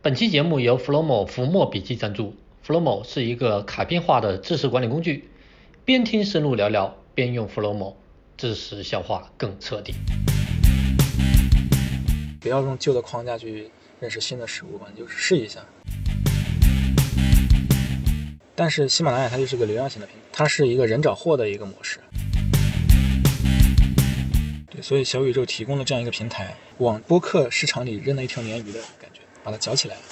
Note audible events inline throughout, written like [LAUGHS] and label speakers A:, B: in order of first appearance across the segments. A: 本期节目由 Flowmo 浮墨笔记赞助。Flowmo 是一个卡片化的知识管理工具，边听深入聊聊，边用 Flowmo，知识消化更彻底。
B: 不要用旧的框架去认识新的事物吧，你就是试一下。但是喜马拉雅它就是个流量型的平台，它是一个人找货的一个模式。对，所以小宇宙提供了这样一个平台，往播客市场里扔了一条鲶鱼的感觉，把它搅起来了。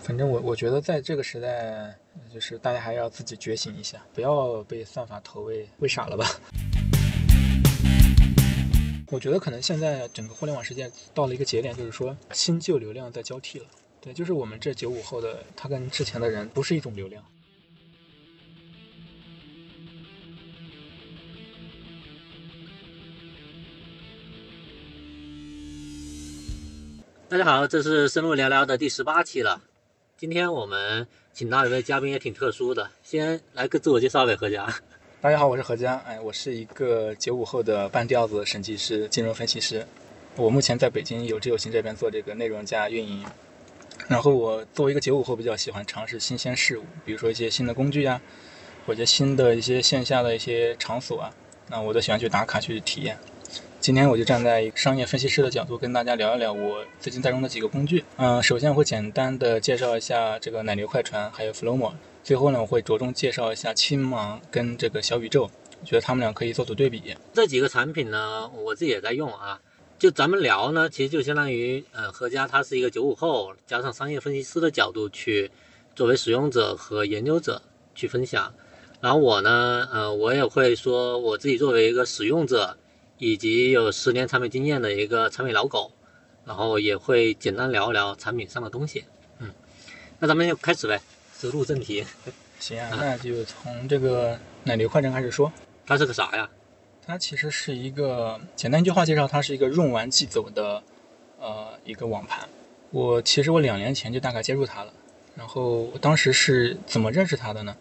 B: 反正我我觉得在这个时代，就是大家还要自己觉醒一下，不要被算法投喂喂傻了吧。我觉得可能现在整个互联网世界到了一个节点，就是说新旧流量在交替了。对，就是我们这九五后的，他跟之前的人不是一种流量。
C: 大家好，这是深入聊聊的第十八期了。今天我们请到一位嘉宾也挺特殊的，先来个自我介绍给何佳。
B: 大家好，我是何佳，哎，我是一个九五后的半吊子审计师、金融分析师。我目前在北京有志有行这边做这个内容加运营。然后我作为一个九五后，比较喜欢尝试新鲜事物，比如说一些新的工具呀、啊或者新的一些线下的一些场所啊，那我都喜欢去打卡去体验。今天我就站在商业分析师的角度跟大家聊一聊我最近在用的几个工具。嗯、首先我会简单的介绍一下这个奶牛快传，还有 Flowmo。最后呢，我会着重介绍一下青芒跟这个小宇宙，我觉得他们俩可以做组对比。
C: 这几个产品呢，我自己也在用啊。就咱们聊呢，其实就相当于，嗯，何佳他是一个九五后，加上商业分析师的角度去，作为使用者和研究者去分享。然后我呢，呃，我也会说我自己作为一个使用者，以及有十年产品经验的一个产品老狗，然后也会简单聊一聊产品上的东西。嗯，那咱们就开始呗，直入正题。
B: 行啊，
C: 啊
B: 那就从这个奶牛快传开始说。
C: 它是个啥呀？
B: 它其实是一个简单一句话介绍，它是一个用完即走的，呃，一个网盘。我其实我两年前就大概接触它了，然后我当时是怎么认识它的呢？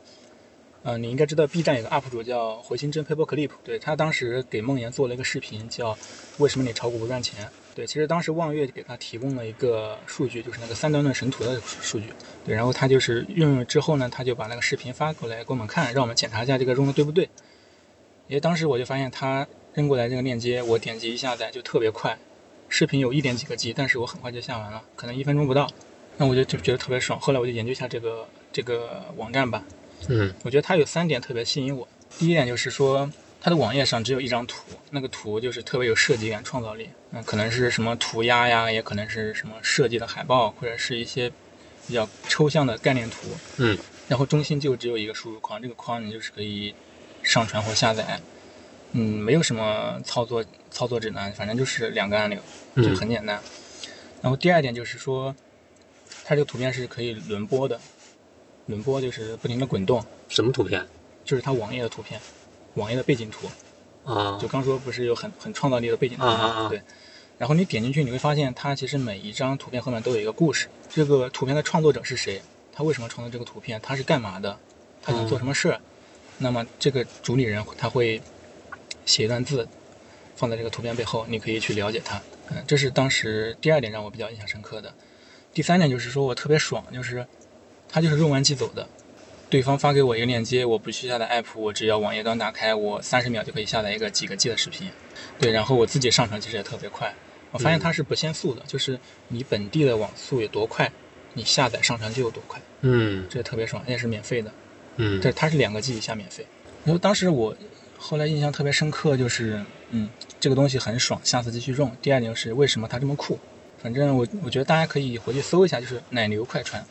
B: 呃，你应该知道 B 站有个 UP 主叫回形针 Paperclip，对他当时给梦岩做了一个视频叫“为什么你炒股不赚钱”。对，其实当时望月给他提供了一个数据，就是那个三段论神图的数据。对，然后他就是运用了之后呢，他就把那个视频发过来给我们看，让我们检查一下这个用的对不对。因为当时我就发现他扔过来这个链接，我点击一下载就特别快，视频有一点几个 G，但是我很快就下完了，可能一分钟不到。那我就就觉得特别爽，后来我就研究一下这个这个网站吧，
C: 嗯
B: 我觉得它有三点特别吸引我。第一点就是说，它的网页上只有一张图，那个图就是特别有设计感、创造力。嗯，可能是什么涂鸦呀，也可能是什么设计的海报，或者是一些比较抽象的概念图。
C: 嗯，
B: 然后中心就只有一个输入框，这个框你就是可以上传或下载。嗯，没有什么操作操作指南，反正就是两个按钮，
C: 嗯
B: 就很简单。然后第二点就是说，它这个图片是可以轮播的，轮播就是不停的滚动。
C: 什么图片
B: 就是它网页的图片，网页的背景图。
C: 啊？
B: 就刚说不是有很很创造力的背景图
C: 啊啊啊
B: 吗？对。然后你点进去，你会发现它其实每一张图片后面都有一个故事。这个图片的创作者是谁？他为什么创作这个图片？他是干嘛的？他想做什么事儿？
C: 嗯
B: 那么这个主理人他会写一段字，放在这个图片背后，你可以去了解他。嗯，这是当时第二点让我比较印象深刻的。第三点就是说我特别爽，就是他就是用完即走的。对方发给我一个链接，我不去下载 app，我只要网页端打开，我三十秒就可以下载一个几个 G 的视频。对，然后我自己上传其实也特别快。我发现它是不限速的，就是你本地的网速有多快，你下载上传就有多快，
C: 嗯
B: 这特别爽，而且是免费的。
C: 嗯
B: 对，它是两个 G 以下免费。然后当时我后来印象特别深刻，就是嗯，这个东西很爽，下次继续用。第二点就是为什么它这么酷？反正我我觉得大家可以回去搜一下，就是奶牛快传，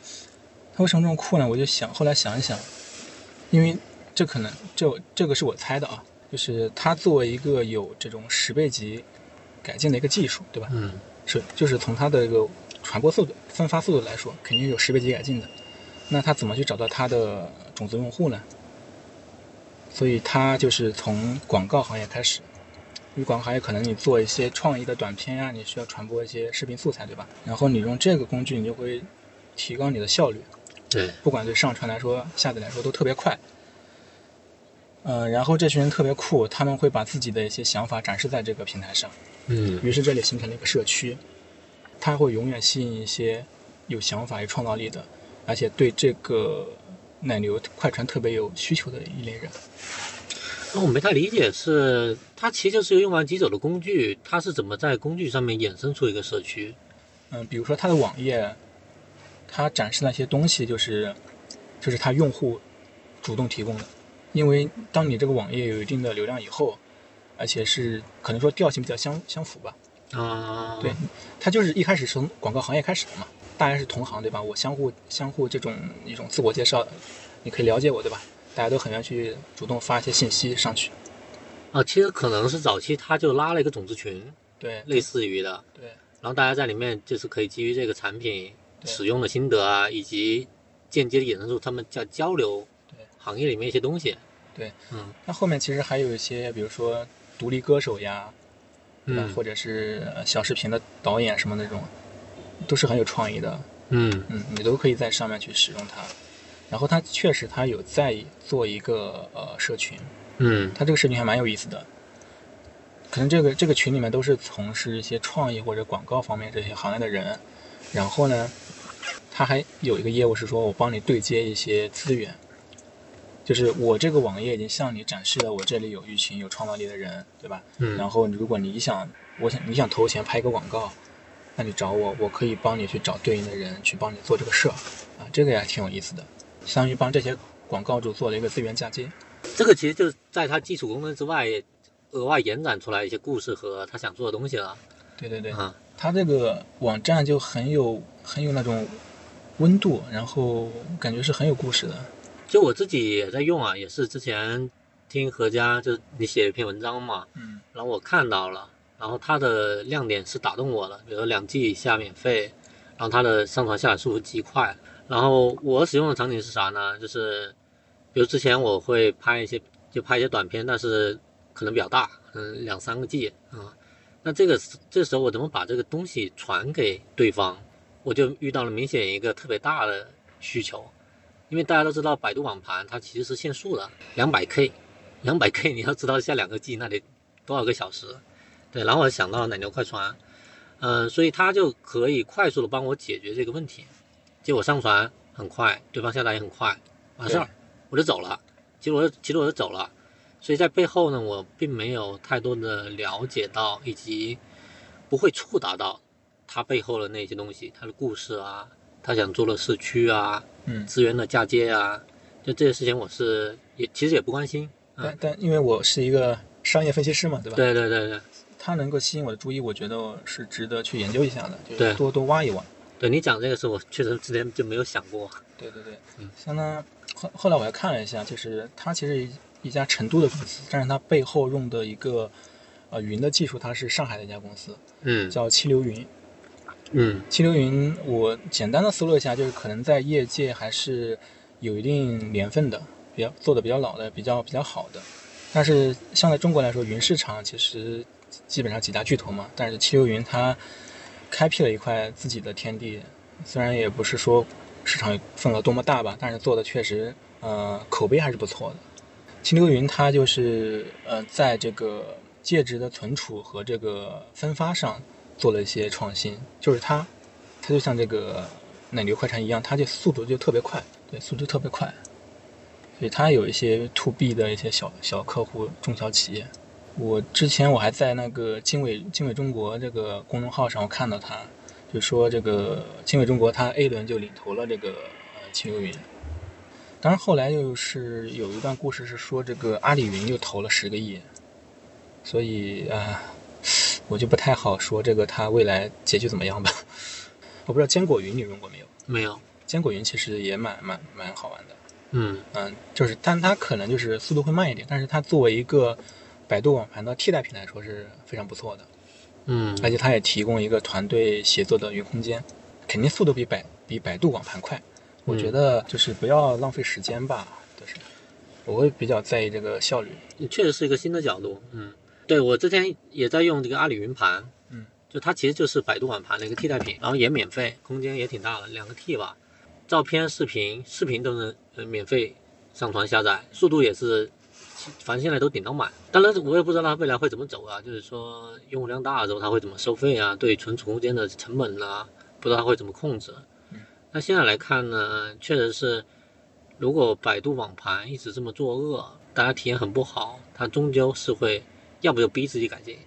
B: 它为什么这么酷呢？我就想后来想一想，因为这可能这这个是我猜的啊，就是它作为一个有这种十倍级改进的一个技术，对吧？
C: 嗯
B: 是，就是从它的一个传播速度、分发速度来说，肯定有十倍级改进的。那它怎么去找到它的种子用户呢？所以它就是从广告行业开始，因为广告行业可能你做一些创意的短片呀、你需要传播一些视频素材，对吧？然后你用这个工具，你就会提高你的效率。
C: 对
B: 不管对上传来说、下载来说都特别快。嗯、然后这群人特别酷，他们会把自己的一些想法展示在这个平台上。
C: 嗯
B: 于是这里形成了一个社区，它会永远吸引一些有想法、有创造力的，而且对这个奶牛快船特别有需求的一类人。
C: 那我没太理解是，它其实就是个用完即走的工具，它是怎么在工具上面衍生出一个社区？
B: 嗯，比如说它的网页，它展示那些东西就是就是它用户主动提供的，因为当你这个网页有一定的流量以后，而且是可能说调性比较相相符吧，
C: 啊，
B: 对，它就是一开始是从广告行业开始的嘛，大家是同行对吧？我相互相互这种一种自我介绍，你可以了解我对吧？大家都很愿意去主动发一些信息上去，
C: 啊，其实可能是早期它就拉了一个种子群，
B: 对
C: 类似于的，
B: 对
C: 然后大家在里面就是可以基于这个产品
B: 对
C: 使用的心得啊，以及间接的衍生出他们叫交流
B: 对
C: 行业里面一些东西。
B: 对，
C: 嗯
B: 那后面其实还有一些，比如说独立歌手呀，对吧
C: 嗯
B: 或者是呃小视频的导演什么那种，都是很有创意的。
C: 嗯
B: 嗯，你都可以在上面去使用它。然后它确实它有在做一个呃社群，
C: 嗯
B: 它这个社群还蛮有意思的。可能这个这个群里面都是从事一些创意或者广告方面这些行业的人，然后呢，它还有一个业务是说我帮你对接一些资源，就是我这个网页已经向你展示了我这里有一群有创造力的人，对吧？然
C: 嗯
B: 后如果你想，我想你想投钱拍一个广告，那你找我，我可以帮你去找对应的人去帮你做这个事儿啊，这个也还挺有意思的，相当于帮这些广告主做了一个资源嫁接。
C: 这个其实就是在它基础功能之外，也额外延展出来一些故事和他想做的东西了。
B: 对对对，
C: 啊，
B: 它这个网站就很有很有那种温度，然后感觉是很有故事的。
C: 就我自己也在用啊，也是之前听何佳就是你写一篇文章嘛，
B: 嗯
C: 然后我看到了，然后它的亮点是打动我的，比如说两 G 下免费，然后它的上传下载速度极快。然后我使用的场景是啥呢？就是比如之前我会拍一些，就拍一些短片，但是可能比较大，嗯，两三个 G 啊、那这个时这时候我怎么把这个东西传给对方？我就遇到了明显一个特别大的需求，因为大家都知道百度网盘它其实是限速的，两百 K，两 [LAUGHS] 百 K 你要知道下两个 G 那得多少个小时，对，然后我想到奶牛快传，嗯、所以它就可以快速的帮我解决这个问题，结果上传很快，对方下载也很快，完事儿我就走了，结果我就其实我就走了，所以在背后呢，我并没有太多的了解到以及不会触达到它背后的那些东西，它的故事啊，它想做的社区啊，
B: 嗯，
C: 资源的嫁接啊，就这些事情我是也其实也不关心，
B: 但但因为我是一个商业分析师嘛，对吧？
C: 嗯对对对对。
B: 它能够吸引我的注意，我觉得是值得去研究一下的，就
C: 对
B: 是多多挖一挖。
C: 对你讲这个事，我确实之前就没有想过。
B: 对对对
C: 嗯，
B: 相当后后来我还看了一下，就是它其实一一家成都的公司，但是它背后用的一个呃云的技术，它是上海的一家公司，
C: 嗯
B: 叫七流云。
C: 嗯
B: 七流云，我简单的搜了一下，就是可能在业界还是有一定年份的，比较做的比较老的，比较比较好的。但是像在中国来说，云市场其实基本上几大巨头嘛，但是七流云它开辟了一块自己的天地，虽然也不是说市场份额多么大吧，但是做的确实呃口碑还是不错的。七流云它就是呃在这个介质的存储和这个分发上做了一些创新，就是它它就像这个奶牛快餐一样，它就速度就特别快，对，速度特别快。所以它有一些 to B 的一些小小客户、中小企业。我之前我还在那个经纬经纬中国这个公众号上，我看到它，就说这个经纬中国它 A 轮就领投了这个呃七流云。当然后来又是有一段故事是说这个阿里云又投了十个亿，所以啊、呃我就不太好说这个它未来结局怎么样吧。我不知道坚果云你用过没有？
C: 没有。
B: 坚果云其实也蛮蛮蛮好玩的。
C: 嗯
B: 嗯，就是，但它可能就是速度会慢一点，但是它作为一个百度网盘的替代品来说是非常不错的，
C: 嗯
B: 而且它也提供一个团队协作的云空间，肯定速度比百比百度网盘快。我觉得就是不要浪费时间吧，就是我会比较在意这个效率。
C: 确实是一个新的角度。嗯，对我之前也在用这个阿里云盘，
B: 嗯，
C: 就它其实就是百度网盘的一个替代品，然后也免费，空间也挺大的，两个 T 吧，照片、视频、视频都能呃免费上传下载，速度也是反正现在都顶到满。当然，我也不知道它未来会怎么走啊，就是说用户量大了之后，它会怎么收费啊？对存储空间的成本呢、不知道它会怎么控制。那现在来看呢，确实是，如果百度网盘一直这么作恶，大家体验很不好，它终究是会，要不就逼自己改进，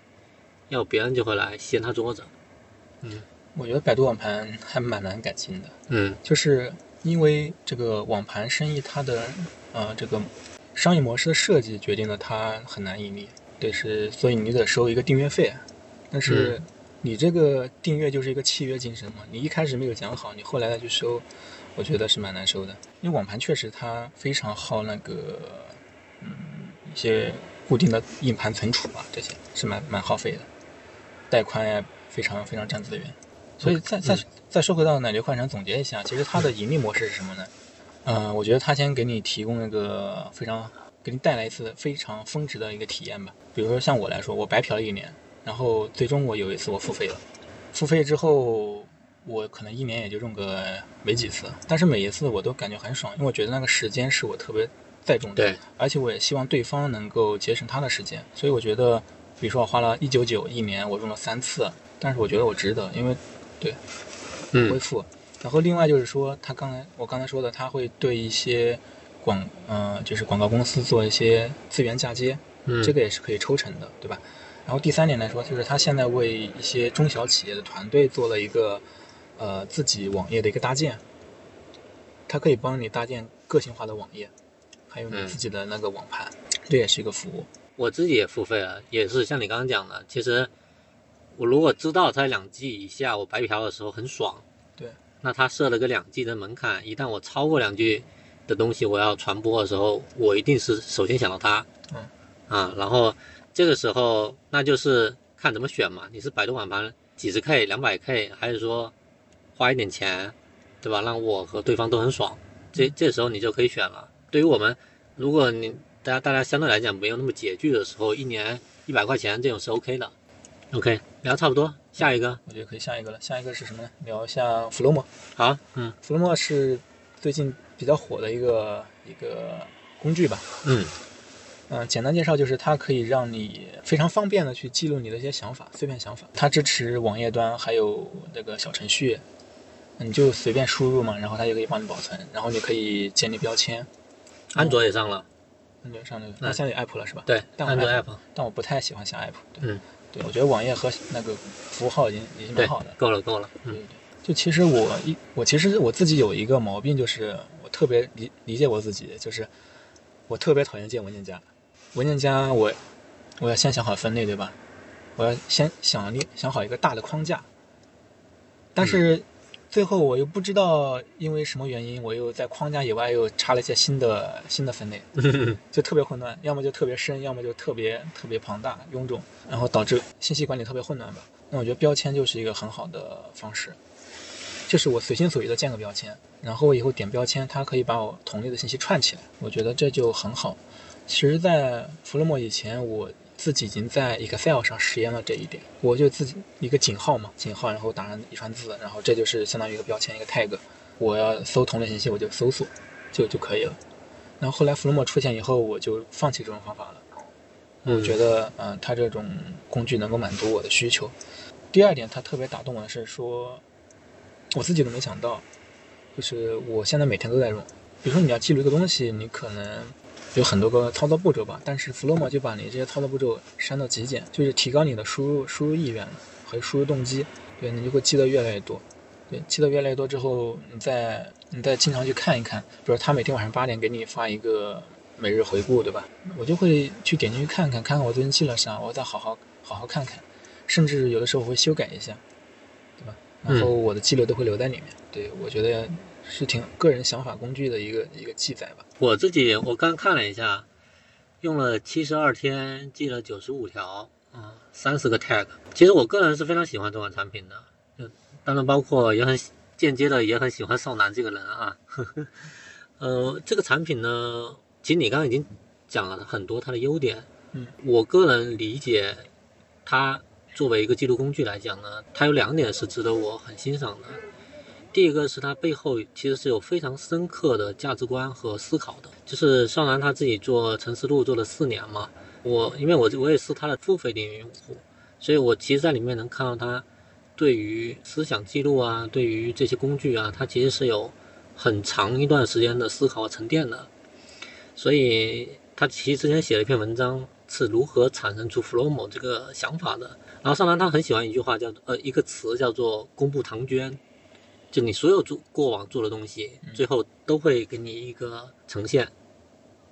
C: 要不别人就会来掀它桌子。
B: 我觉得百度网盘还蛮难改进的，
C: 嗯
B: 就是因为这个网盘生意它的呃这个商业模式的设计决定了它很难盈利，对是，所以你得收一个订阅费，啊但是你这个订阅就是一个契约精神嘛，你一开始没有讲好，你后来再去收，我觉得是蛮难收的，因为网盘确实它非常耗那个嗯一些固定的硬盘存储啊，这些是蛮蛮耗费的，带宽呀非常非常占资源。所以再再再说回到奶牛快闪总结一下，其实它的盈利模式是什么呢？嗯、我觉得它先给你提供一个非常给你带来一次非常峰值的一个体验吧。比如说像我来说，我白嫖了一年，然后最终我有一次我付费了，付费之后我可能一年也就用个没几次，但是每一次我都感觉很爽，因为我觉得那个时间是我特别在重的
C: 对，
B: 而且我也希望对方能够节省他的时间，所以我觉得，比如说我花了一九九一年，我用了三次，但是我觉得我值得，因为恢
C: 嗯
B: 复。然后另外就是说，他刚才我刚才说的，他会对一些广呃就是广告公司做一些资源嫁接，
C: 嗯，
B: 这个也是可以抽成的，对吧？然后第三点来说，就是他现在为一些中小企业的团队做了一个呃自己网页的一个搭建，它可以帮你搭建个性化的网页，还有你
C: 嗯
B: 自己的那个网盘，这也是一个服务。
C: 我自己也付费了，也是像你刚刚讲的，其实我如果知道它两 G 以下，我白嫖的时候很爽。
B: 对，
C: 那它设了个两 G 的门槛，一旦我超过两 G 的东西，我要传播的时候，我一定是首先想到它。
B: 嗯，
C: 啊，然后这个时候那就是看怎么选嘛，你是百度网盘几十 K、两百 K，还是说花一点钱，对吧？让我和对方都很爽，这这时候你就可以选了。对于我们，如果你大家大家相对来讲没有那么拮据的时候，一年一百块钱这种是 OK 的。OK，聊差不多，下一个
B: 我觉得可以下一个了，下一个是什么呢？聊一下 Flowmo。
C: 好，嗯
B: f l o m o 是最近比较火的一个一个工具吧。
C: 嗯
B: 嗯、简单介绍就是它可以让你非常方便的去记录你的一些想法、碎片想法。它支持网页端还有那个小程序，你就随便输入嘛，然后它就可以帮你保存，然后你可以建立标签。
C: 安卓也上了，
B: 那就上那个，那
C: 嗯
B: 现在有 app 了是吧？
C: 对，
B: 但我
C: 安卓
B: 还
C: app，
B: 但我不太喜欢下 app 对。
C: 嗯
B: 对，我觉得网页和那个服务号已经已经蛮
C: 对
B: 好的。，
C: 够了够了，
B: 对
C: 嗯
B: 对，就其实我一我其实我自己有一个毛病，就是我特别理理解我自己，就是我特别讨厌建文件夹。文件夹我我要先想好分类，对吧？我要先想立想好一个大的框架，但是最后我又不知道因为什么原因，我又在框架以外又插了一些新的新的分类，就特别混乱，要么就特别深，要么就特别特别庞大臃肿，然后导致信息管理特别混乱吧。那我觉得标签就是一个很好的方式，就是我随心所欲的建个标签，然后我以后点标签，它可以把我同类的信息串起来，我觉得这就很好。其实，在弗洛莫以前，我自己已经在 Excel 上实验了这一点，我就自己一个井号嘛，井号，然后打上一串字，然后这就是相当于一个标签，一个 tag。我要搜同类信息，我就搜索，就就可以了。然后后来弗洛莫出现以后，我就放弃这种方法了。
C: 嗯
B: 我觉得，嗯、呃，它这种工具能够满足我的需求。第二点，它特别打动我的是说，我自己都没想到，就是我现在每天都在用。比如说你要记录一个东西，你可能有很多个操作步骤吧，但是 Flowmo 就把你这些操作步骤删到极简，就是提高你的输入输入意愿和输入动机，对你就会记得越来越多。对，记得越来越多之后，你再你再经常去看一看，比如他每天晚上八点给你发一个每日回顾，对吧？我就会去点进去看看，看看我最近记了啥，我再好好好好看看，甚至有的时候我会修改一下，对吧？然后我的记录都会留在里面。对，我觉得是挺个人想法工具的一个一个记载吧。
C: 我自己我刚看了一下，用了七十二天，记了九十五条，啊、3三十个 tag。其实我个人是非常喜欢这款产品的，就当然包括也很喜间接的也很喜欢少男这个人啊。 [LAUGHS] 呃，这个产品呢，其实你刚刚已经讲了很多它的优点。
B: 嗯，
C: 我个人理解，它作为一个记录工具来讲呢，它有两点是值得我很欣赏的。第一个是它背后其实是有非常深刻的价值观和思考的，就是少南他自己做陈思路做了四年嘛，我因为我我也是他的付费订阅用户，所以我其实在里面能看到他对于思想记录啊，对于这些工具啊，他其实是有很长一段时间的思考和沉淀的，所以他其实之前写了一篇文章是如何产生出 Flomo 这个想法的，然后少南他很喜欢一句话叫呃一个词叫做公布唐娟。就你所有做过往做的东西，最后都会给你一个呈现，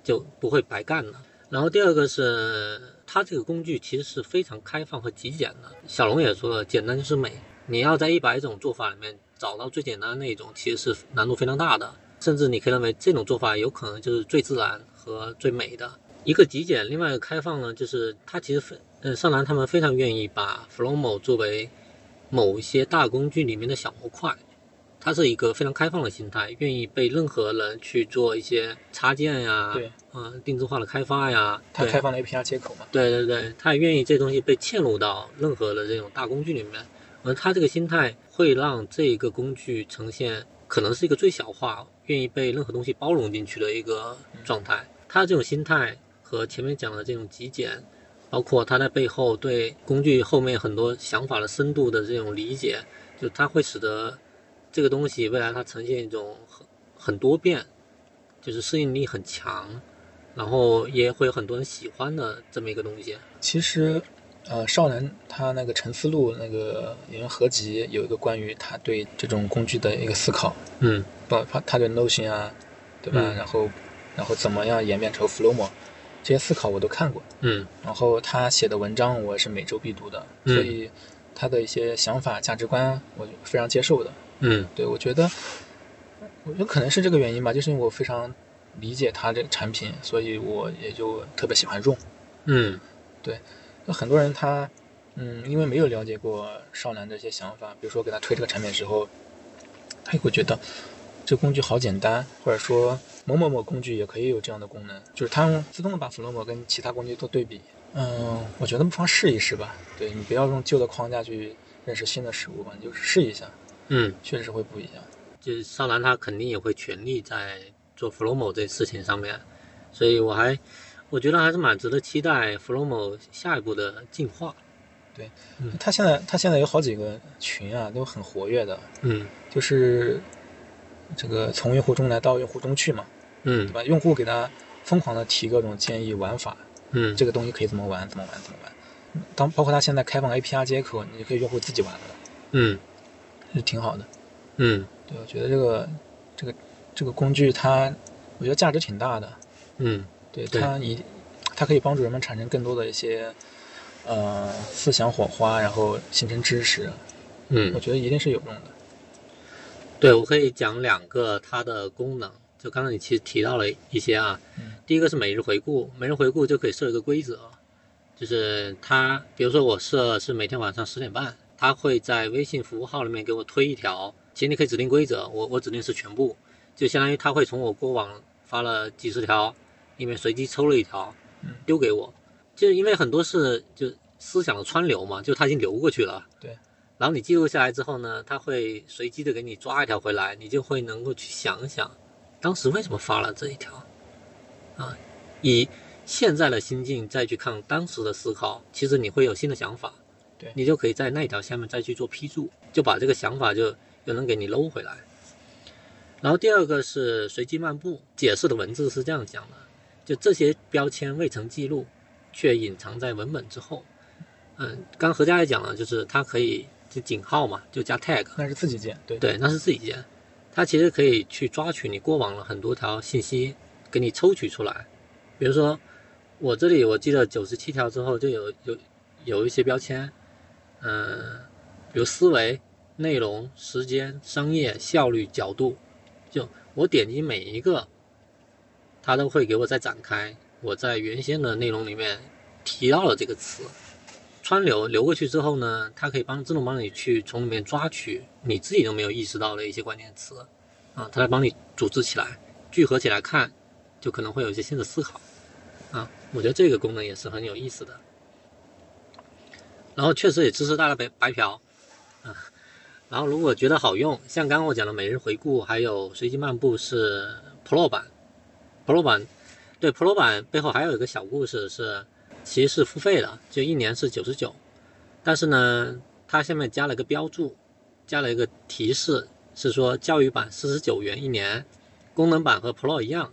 C: 就不会白干了。然后第二个是它这个工具其实是非常开放和极简的。小龙也说了，简单就是美。你要在一百种做法里面找到最简单的那一种，其实是难度非常大的。甚至你可以认为这种做法有可能就是最自然和最美的。一个极简，另外一个开放呢，就是它其实非呃上南他们非常愿意把 Flomo 作为某一些大工具里面的小模块。它是一个非常开放的心态，愿意被任何人去做一些插件呀，
B: 对，
C: 嗯、定制化的开发呀，
B: 它
C: 对
B: 开放了 API 接口嘛，
C: 对对对，他也愿意这东西被嵌入到任何的这种大工具里面，而他这个心态会让这个工具呈现可能是一个最小化、愿意被任何东西包容进去的一个状态。他这种心态和前面讲的这种极简，包括他在背后对工具后面很多想法的深度的这种理解，就它会使得这个东西未来它呈现一种很很多变，就是适应力很强。然后也会有很多人喜欢的这么一个东西。
B: 其实，呃，少南他那个《沉思录》那个演员合集有一个关于他对这种工具的一个思考，
C: 嗯
B: 包括他对 Notion 啊，对吧？
C: 嗯
B: 然后，然后怎么样演变成 Flowmo，这些思考我都看过。
C: 嗯
B: 然后他写的文章我是每周必读的，
C: 嗯
B: 所以他的一些想法、价值观我非常接受的。
C: 嗯
B: 对我觉得，我觉得可能是这个原因吧，就是因为我非常理解他这个产品，所以我也就特别喜欢用。
C: 嗯
B: 那很多人他，嗯，因为没有了解过少男的一些想法，比如说给他推这个产品的时候，他也会觉得这工具好简单，或者说某某某工具也可以有这样的功能，就是他们自动的把 Flowmo 跟其他工具做对比。嗯，我觉得不妨试一试吧。对你不要用旧的框架去认识新的事物吧，你就试一下，
C: 嗯，
B: 确实会不一样。
C: 就是少南他肯定也会全力在做 Flomo 这事情上面，所以我还我觉得还是蛮值得期待 Flomo 下一步的进化。
B: 他现在他现在有好几个群啊，都很活跃的，
C: 嗯
B: 就是这个从用户中来到用户中去嘛。
C: 嗯
B: 对吧？用户给他疯狂的提各种建议玩法，
C: 嗯
B: 这个东西可以怎么玩，怎么玩，怎么玩。当包括他现在开放 API 接口，你可以用户自己玩了，
C: 嗯
B: 是挺好的。
C: 嗯
B: 对，我觉得这个这个这个工具它，我觉得价值挺大的。
C: 嗯
B: 对
C: 对
B: 它一，它可以帮助人们产生更多的一些呃思想火花，然后形成知识，我
C: 嗯，
B: 觉得一定是有用的。
C: 对我可以讲两个它的功能，就刚才你其实提到了一些啊，
B: 嗯
C: 第一个是每日回顾，每日回顾就可以设一个规则，就是它，比如说我设是每天晚上十点半，它会在微信服务号里面给我推一条，其实你可以指定规则，我我指定是全部，就相当于它会从我过往发了几十条里面随机抽了一条
B: 嗯
C: 丢给我，就是因为很多是就思想的川流嘛，就它已经流过去了，
B: 对。
C: 然后你记录下来之后呢，它会随机的给你抓一条回来，你就会能够去想一想，当时为什么发了这一条，啊，以现在的心境再去看当时的思考，其实你会有新的想法，
B: 对
C: 你就可以在那条下面再去做批注，就把这个想法就又能给你搂回来。然后第二个是随机漫步，解释的文字是这样讲的：就这些标签未曾记录，却隐藏在文本之后。嗯，刚何佳也讲了，就是它可以就井号嘛，就加 tag，
B: 那是自己建，对
C: 对，那是自己建，它其实可以去抓取你过往了很多条信息，给你抽取出来。比如说，我这里我记得九十七条之后就有有有一些标签，嗯、比如思维、内容、时间、商业、效率、角度，就我点击每一个，它都会给我再展开。我在原先的内容里面提到了这个词，川流流过去之后呢，它可以帮自动帮你去从里面抓取你自己都没有意识到的一些关键词，啊，它来帮你组织起来、聚合起来看，就可能会有一些新的思考，啊，我觉得这个功能也是很有意思的。然后确实也支持大家白白嫖，啊，然后如果觉得好用，像刚刚我讲的每日回顾，还有随机漫步是 Pro 版，Pro 版对 Pro 版背后还有一个小故事是，其实是付费的，就一年是九十九，但是呢，它下面加了个标注，加了一个提示，是说教育版四十九元一年，功能版和 Pro 一样，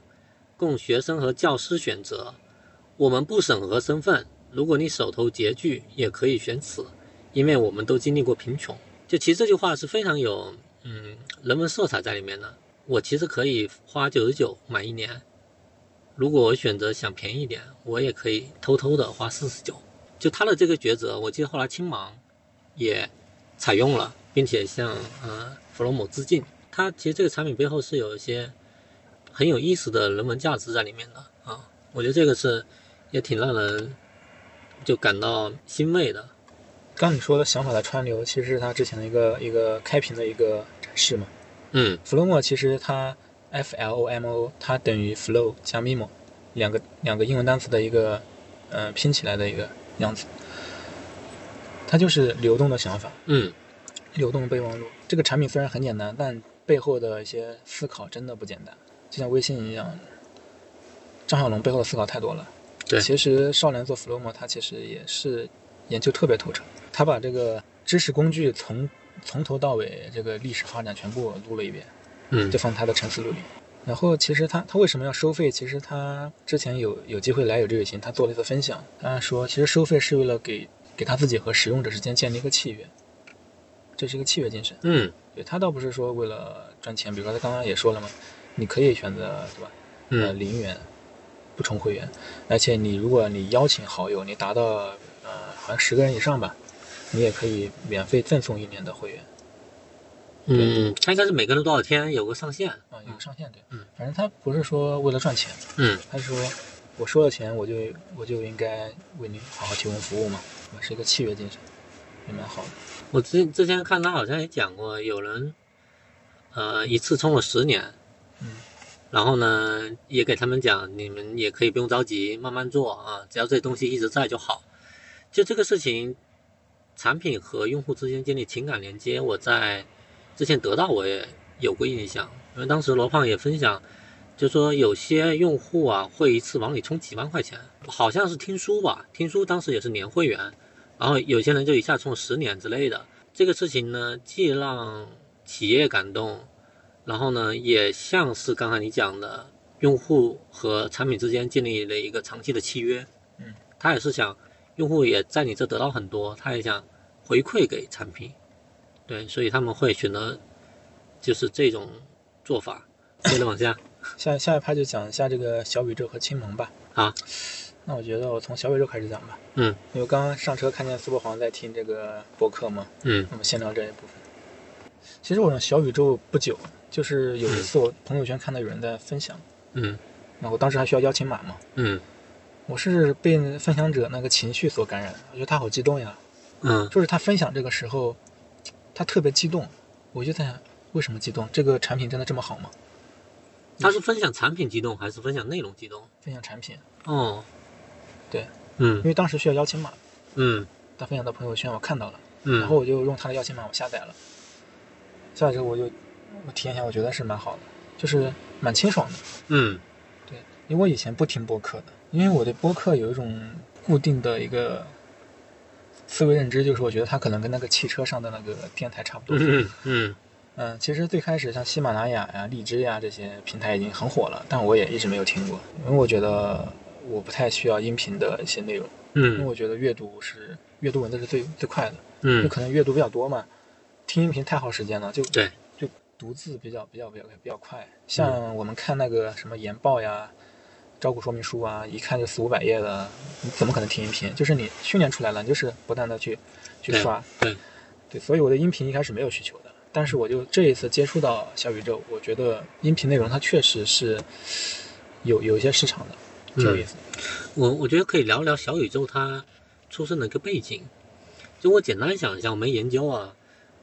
C: 供学生和教师选择。我们不审核身份，如果你手头拮据，也可以选此，因为我们都经历过贫穷。就其实这句话是非常有嗯人文色彩在里面的。我其实可以花九十九买一年，如果我选择想便宜一点，我也可以偷偷的花四十九。就他的这个抉择，我记得后来青芒也采用了，并且向呃弗罗姆致敬。它其实这个产品背后是有一些很有意思的人文价值在里面的啊，我觉得这个是也挺让人就感到欣慰的。
B: 刚你说的想法的川流，其实是他之前的一个一个开屏的一个展示嘛。
C: 嗯
B: Flomo 其实它 F L O M O 它等于 flow 加 mimo 两个两个英文单词的一个呃拼起来的一个样子，它就是流动的想法，
C: 嗯，
B: 流动的备忘录。这个产品虽然很简单，但背后的一些思考真的不简单，就像微信一样，张小龙背后的思考太多了。
C: 对
B: 其实少年做 Flomo 他其实也是研究特别透彻，他把这个知识工具从从头到尾这个历史发展全部撸了一遍。
C: 嗯
B: 就放他的陈思录里。然后其实他他为什么要收费？其实他之前有有机会来有这个行，他做了一次分享，他说其实收费是为了给给他自己和使用者之间建立一个契约，这是一个契约精神。
C: 嗯
B: 对他倒不是说为了赚钱，比如说他刚刚也说了嘛，你可以选择对吧？呃，
C: 嗯
B: 零元不充会员，而且你如果你邀请好友，你达到呃好像十个人以上吧，你也可以免费赠送一年的会员。
C: 嗯，它应该是每个人多少天有个上限。
B: 啊，有个上限对，
C: 嗯，
B: 反正他不是说为了赚钱，
C: 嗯
B: 他说我收了钱，我就我就应该为您好好提供服务嘛，我是一个契约精神，也蛮好的。
C: 我之之前看他好像也讲过，有人呃一次充了十年，
B: 嗯，
C: 然后呢也给他们讲，你们也可以不用着急，慢慢做啊，只要这东西一直在就好。就这个事情，产品和用户之间建立情感连接，我在之前得到我也有过印象，因为当时罗胖也分享，就说有些用户啊会一次往里充几万块钱，好像是听书吧，听书当时也是年会员，然后有些人就一下充十年之类的。这个事情呢，既让企业感动，然后呢，也像是刚才你讲的，用户和产品之间建立了一个长期的契约。
B: 嗯，
C: 他也是想，用户也在你这得到很多，他也想回馈给产品。对，所以他们会选择就是这种做法。接着往下，
B: 下下一趴就讲一下这个小宇宙和青盟吧。
C: 好，
B: 那我觉得我从小宇宙开始讲吧。
C: 啊嗯，
B: 因为刚刚上车看见苏博黄在听这个博客嘛，
C: 嗯
B: 那么先聊这一部分。其实我上小宇宙不久，就是有一次我朋友圈看到有人在分享，
C: 嗯
B: 那我当时还需要邀请码嘛，
C: 嗯
B: 我是被分享者那个情绪所感染，我觉得他好激动呀，
C: 嗯
B: 就是他分享这个时候，他特别激动，我就在想为什么激动？这个产品真的这么好吗？
C: 他是分享产品激动还是分享内容激动？
B: 分享产品，
C: 哦，
B: 对，
C: 嗯
B: 因为当时需要邀请码，
C: 嗯
B: 他分享到朋友圈，我看到了，
C: 嗯，
B: 然后我就用他的邀请码我下载了，下载之后我就我体验一下，我觉得是蛮好的，就是蛮清爽的。
C: 嗯
B: 对，因为我以前不听播客的，因为我对播客有一种固定的一个思维认知，就是我觉得它可能跟那个汽车上的那个电台差不多。
C: 嗯嗯
B: 嗯，其实最开始像喜马拉雅呀、荔枝呀这些平台已经很火了，但我也一直没有听过，因为我觉得我不太需要音频的一些内容，因为
C: 嗯
B: 我觉得阅读是阅读文字是最最快的，
C: 嗯
B: 就可能阅读比较多嘛，听音频太耗时间了，就
C: 对嗯
B: 就读字比较比较比较比较快。像我们看那个什么研报呀、招股说明书啊，一看就四五百页的，你怎么可能听音频？就是你训练出来了，你就是不断的去去
C: 对
B: 刷。
C: 对
B: 对，所以我对音频一开始没有需求的，但是我就这一次接触到小宇宙，我觉得音频内容它确实是有有一些市场的，
C: 嗯
B: 挺有意思的。
C: 我我觉得可以聊聊小宇宙它出生的一个背景。就我简单讲一下，我没研究啊。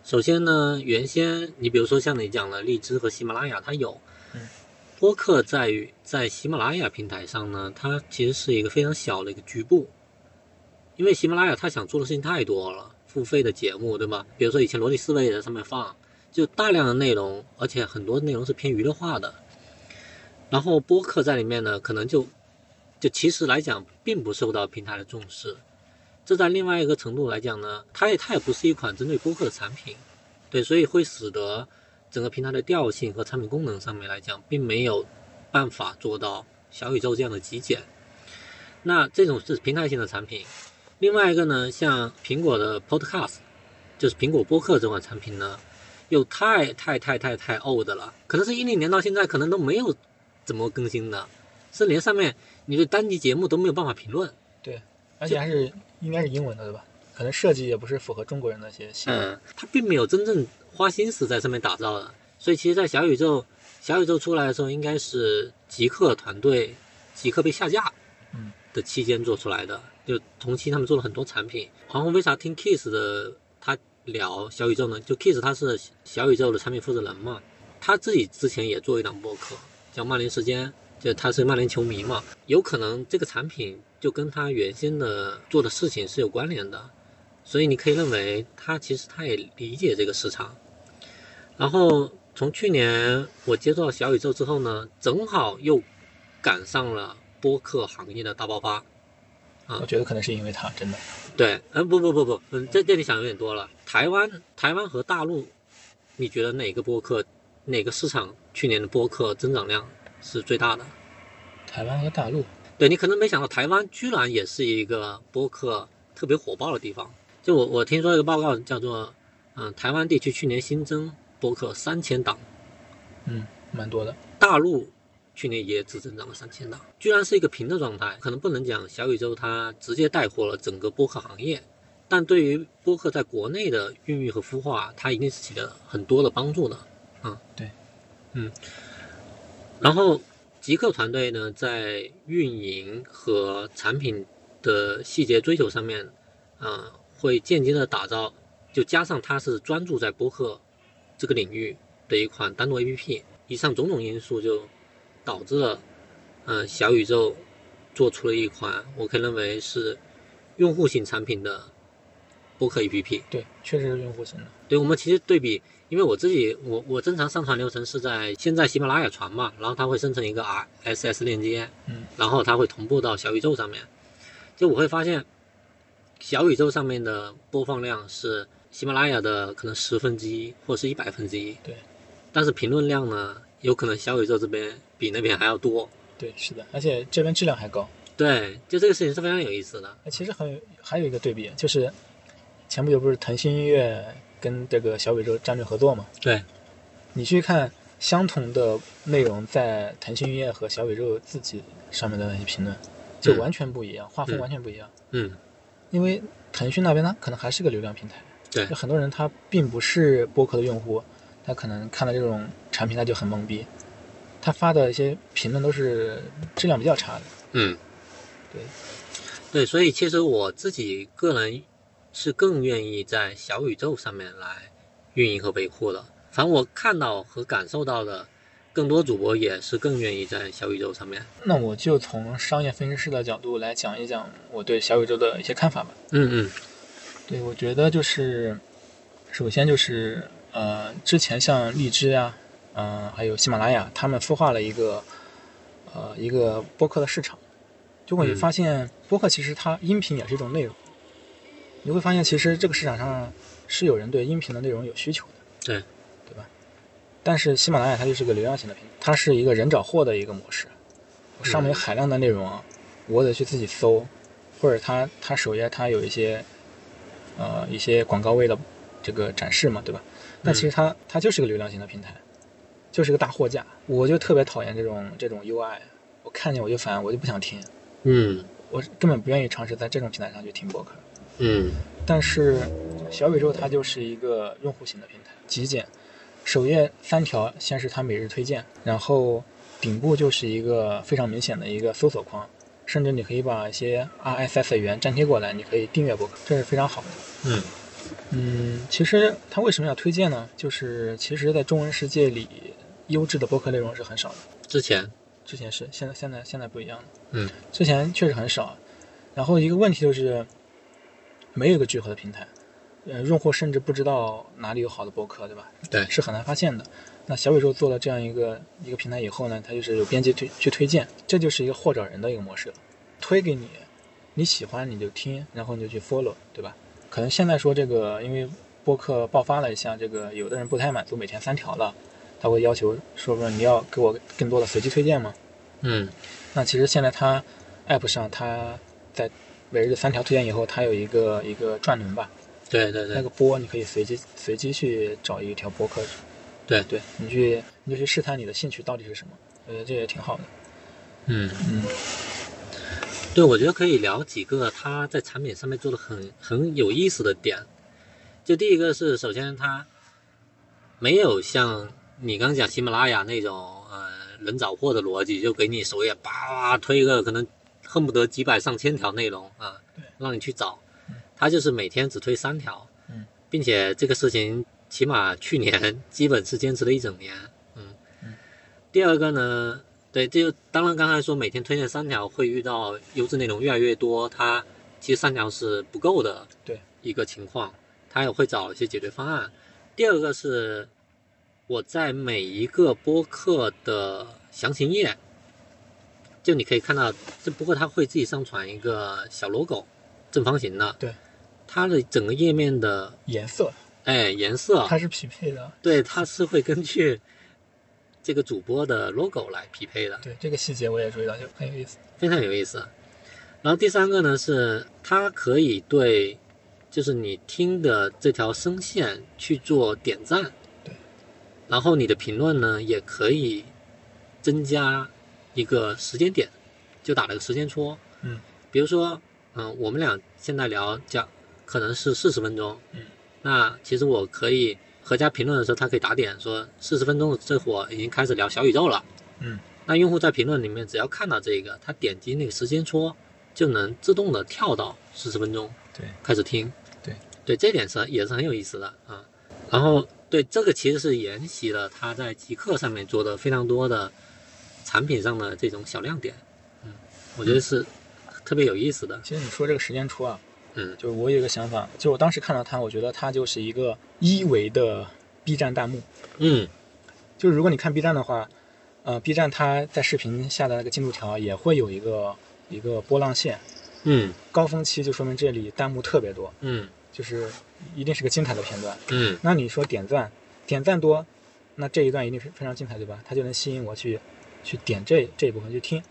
C: 首先呢，原先你比如说像你讲的荔枝和喜马拉雅，它有
B: 嗯
C: 播客在于在喜马拉雅平台上呢，它其实是一个非常小的一个局部，因为喜马拉雅它想做的事情太多了，覆付费的节目，对吧？比如说以前逻辑思维也在上面放，就大量的内容，而且很多内容是偏娱乐化的。然后播客在里面呢，可能就就其实来讲，并不受到平台的重视。这在另外一个程度来讲呢，它也它也不是一款针对播客的产品，对，所以会使得整个平台的调性和产品功能上面来讲，并没有办法做到小宇宙这样的极简。那这种是平台型的产品。另外一个呢，像苹果的 Podcast，就是苹果播客这款产品呢，又太太太太太 old 了，可能是一零年到现在可能都没有怎么更新的，是连上面你对单集节目都没有办法评论。
B: 而且还是应该是英文的对吧？可能设计也不是符合中国人的一些习惯。
C: 嗯，他并没有真正花心思在上面打造的。所以其实，在小宇宙小宇宙出来的时候，应该是极客团队极客被下架
B: 嗯
C: 的期间做出来的。就同期他们做了很多产品。黄宏为啥听 Kiss 的他聊小宇宙呢？就 Kiss 他是小宇宙的产品负责人嘛，他自己之前也做一档播客叫《曼联时间》，就他是曼联球迷嘛，有可能这个产品就跟他原先的做的事情是有关联的。所以你可以认为他其实他也理解这个市场。然后从去年我接触到小宇宙之后呢，正好又赶上了播客行业的大爆发。
B: 我觉得可能是因为它真的，
C: 对，嗯，不不不不，嗯，这这里想有点多了。台湾台湾和大陆，你觉得哪个播客哪个市场去年的播客增长量是最大的？
B: 台湾和大陆
C: 对你可能没想到，台湾居然也是一个播客特别火爆的地方。就我我听说一个报告叫做，嗯、台湾地区去年新增播客三千档，
B: 嗯蛮多的。
C: 大陆去年也只增长了三千档，居然是一个平的状态。可能不能讲小宇宙它直接带火了整个播客行业，但对于播客在国内的孕育和孵化，它一定是起了很多的帮助的。嗯，
B: 对，
C: 嗯。然后极客团队呢，在运营和产品的细节追求上面，嗯、会间接的打造，就加上它是专注在播客这个领域的一款单独 APP。以上种种因素就导致了，嗯、小宇宙做出了一款我可以认为是用户型产品的播客 APP。
B: 对，确实是用户型的。
C: 对，我们其实对比，因为我自己，我我正常上传流程是在先在喜马拉雅传嘛，然后它会生成一个 RSS 链接，
B: 嗯，
C: 然后它会同步到小宇宙上面。就我会发现，小宇宙上面的播放量是喜马拉雅的可能十分之一或是一百分之一，
B: 对。
C: 但是评论量呢，有可能小宇宙这边比那边还要多。
B: 对，是的，而且这边质量还高。
C: 对，就这个事情是非常有意思的。
B: 哎其实很有还有一个对比，就是前不久不是腾讯音乐跟这个小宇宙战略合作嘛？
C: 对，
B: 你去看相同的内容在腾讯音乐和小宇宙自己上面的那些评论，就
C: 嗯
B: 完全不一样，画风
C: 嗯
B: 完全不一样。
C: 嗯，
B: 因为腾讯那边呢，可能还是个流量平台，
C: 对
B: 就很多人他并不是播客的用户，他可能看到这种产品他就很懵逼，他发的一些评论都是质量比较差的。
C: 嗯，
B: 对，
C: 对，所以其实我自己个人是更愿意在小宇宙上面来运营和维护的。反正我看到和感受到的，更多主播也是更愿意在小宇宙上面。
B: 那我就从商业分析师的角度来讲一讲我对小宇宙的一些看法吧。
C: 嗯嗯
B: 对，我觉得就是，首先就是呃，之前像荔枝呀、嗯、还有喜马拉雅，他们孵化了一个呃一个播客的市场，就会
C: 嗯
B: 发现播客其实它音频也是一种内容，你会发现其实这个市场上是有人对音频的内容有需求的，
C: 对，
B: 对吧？但是喜马拉雅它就是个流量型的平台，它是一个人找货的一个模式，我上面
C: 嗯
B: 有海量的内容啊，我得去自己搜，或者它它首页它有一些呃一些广告位的这个展示嘛，对吧？但
C: 嗯
B: 其实它它就是个流量型的平台，就是个大货架。我就特别讨厌这种这种 UI，我看见我就烦，我就不想听，
C: 嗯
B: 我根本不愿意尝试在这种平台上去听播客。
C: 嗯
B: 但是小宇宙它就是一个用户型的平台，极简。首页三条先是它每日推荐，然后顶部就是一个非常明显的一个搜索框，甚至你可以把一些 RSS 的源粘贴过来，你可以订阅播客，这是非常好的。
C: 嗯
B: 嗯，其实它为什么要推荐呢？就是其实，在中文世界里，优质的播客内容是很少的。
C: 之前
B: 之前是，现在现在现在不一样了。
C: 嗯，
B: 之前确实很少。然后一个问题就是，没有一个聚合的平台。呃，用户甚至不知道哪里有好的博客，对吧？
C: 对
B: 是很难发现的。那小宇宙做了这样一个一个平台以后呢，它就是有编辑推去推荐，这就是一个获找人的一个模式了，推给你，你喜欢你就听，然后你就去 follow，对吧？可能现在说这个，因为播客爆发了一下，这个有的人不太满足每天三条了，他会要求说说你要给我更多的随机推荐吗？
C: 嗯
B: 那其实现在它 app 上它在每日三条推荐以后，它有一个一个转轮吧，
C: 对对
B: 那
C: 对
B: 个波你可以随机随机去找一条博客，
C: 对
B: 对，你去你就去试探你的兴趣到底是什么，我觉得这也挺好的。
C: 嗯
B: 嗯，
C: 对，我觉得可以聊几个他在产品上面做的很很有意思的点。就第一个是，首先他没有像你刚讲喜马拉雅那种呃人找货的逻辑，就给你首页叭叭推个可能恨不得几百上千条内容啊
B: 对，
C: 让你去找。他就是每天只推三条
B: 嗯，
C: 并且这个事情起码去年 [LAUGHS] 基本是坚持了一整年。嗯
B: 嗯，
C: 第二个呢，对，这就当然刚才说每天推荐三条会遇到优质内容越来越多，它其实三条是不够的，
B: 对
C: 一个情况，它也会找一些解决方案。第二个是我在每一个播客的详情页，就你可以看到，这播客它会自己上传一个小 logo，正方形的，
B: 对，
C: 它的整个页面的
B: 颜色
C: 哎颜色，
B: 它是匹配的，
C: 对，它是会根据这个主播的 logo 来匹配的。
B: 对这个细节我也注意到，就很有意思。
C: 非常有意思。啊然后第三个呢是，它可以对，就是你听的这条声线去做点赞，
B: 对，
C: 然后你的评论呢也可以增加一个时间点，就打了个时间戳，
B: 嗯，
C: 比如说，嗯、我们俩现在聊讲可能是四十分钟，
B: 嗯，
C: 那其实我可以合家评论的时候，它可以打点说四十分钟这会儿已经开始聊小宇宙了。那用户在评论里面只要看到这个，他点击那个时间戳，就能自动的跳到四十分钟，
B: 对，
C: 开始听，
B: 对，
C: 对，这点是也是很有意思的啊。然后对这个其实是沿袭了他在极客上面做的非常多的产品上的这种小亮点，嗯，我觉得是特别有意思的，
B: 其实你说这个时间戳啊，
C: 嗯
B: 就是我有一个想法，就我当时看到它，我觉得它就是一个一维的 B 站弹幕，
C: 嗯，
B: 就是如果你看 B 站的话，呃，B 站它在视频下的那个进度条也会有一个一个波浪线，
C: 嗯
B: 高峰期就说明这里弹幕特别多，
C: 嗯
B: 就是一定是个精彩的片段。
C: 嗯，
B: 那你说点赞，点赞多，那这一段一定是非常精彩，对吧？它就能吸引我去去点这这一部分去听。哎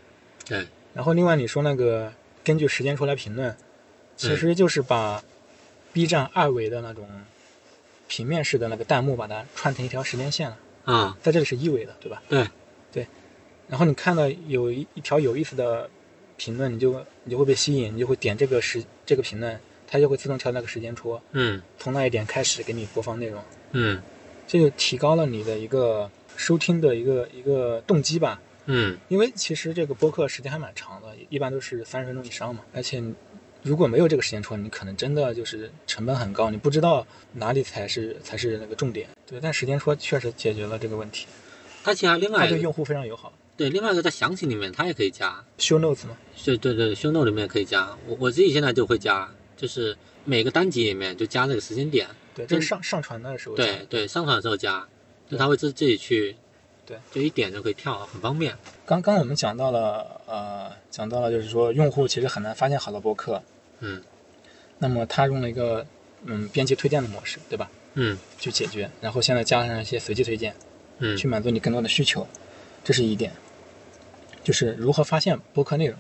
C: 对，
B: 然后另外你说那个根据时间出来评论，其实就是把 B 站二维的那种平面式的那个弹幕把它串成一条时间线了，
C: 啊，
B: 在这里是一维的，对吧？
C: 对
B: 对。然后你看到有一一条有意思的评论，你就你就会被吸引，你就会点这个时这个评论，它就会自动跳那个时间戳，
C: 嗯
B: 从那一点开始给你播放内容。
C: 嗯
B: 这就提高了你的一个收听的一个一个动机吧。
C: 嗯
B: 因为其实这个播客时间还蛮长的，一般都是三十分钟以上嘛。而且你如果没有这个时间戳，你可能真的就是成本很高，你不知道哪里才是才是那个重点。对，但时间戳确实解决了这个问题，
C: 它其实还另
B: 它
C: 外
B: 对
C: 一个
B: 用户非常友好。
C: 对另外一个在详情里面它也可以加，
B: show notes 嘛，
C: 对对对，胸 e 里面也可以加，我我自己现在就会加，就是每个单集里面就加这个时间点，
B: 对，这
C: 嗯
B: 是上上传的时候。
C: 对，对，上传的时候加，就
B: 对
C: 它会自自己去，
B: 对，
C: 就一点就可以跳，很方便。
B: 刚刚我们讲到了，呃，讲到了就是说用户其实很难发现好的播客，
C: 嗯
B: 那么他用了一个嗯编辑推荐的模式，对吧？
C: 嗯
B: 去解决，然后现在加上一些随机推荐，
C: 嗯
B: 去满足你更多的需求，这是一点，就是如何发现播客内容。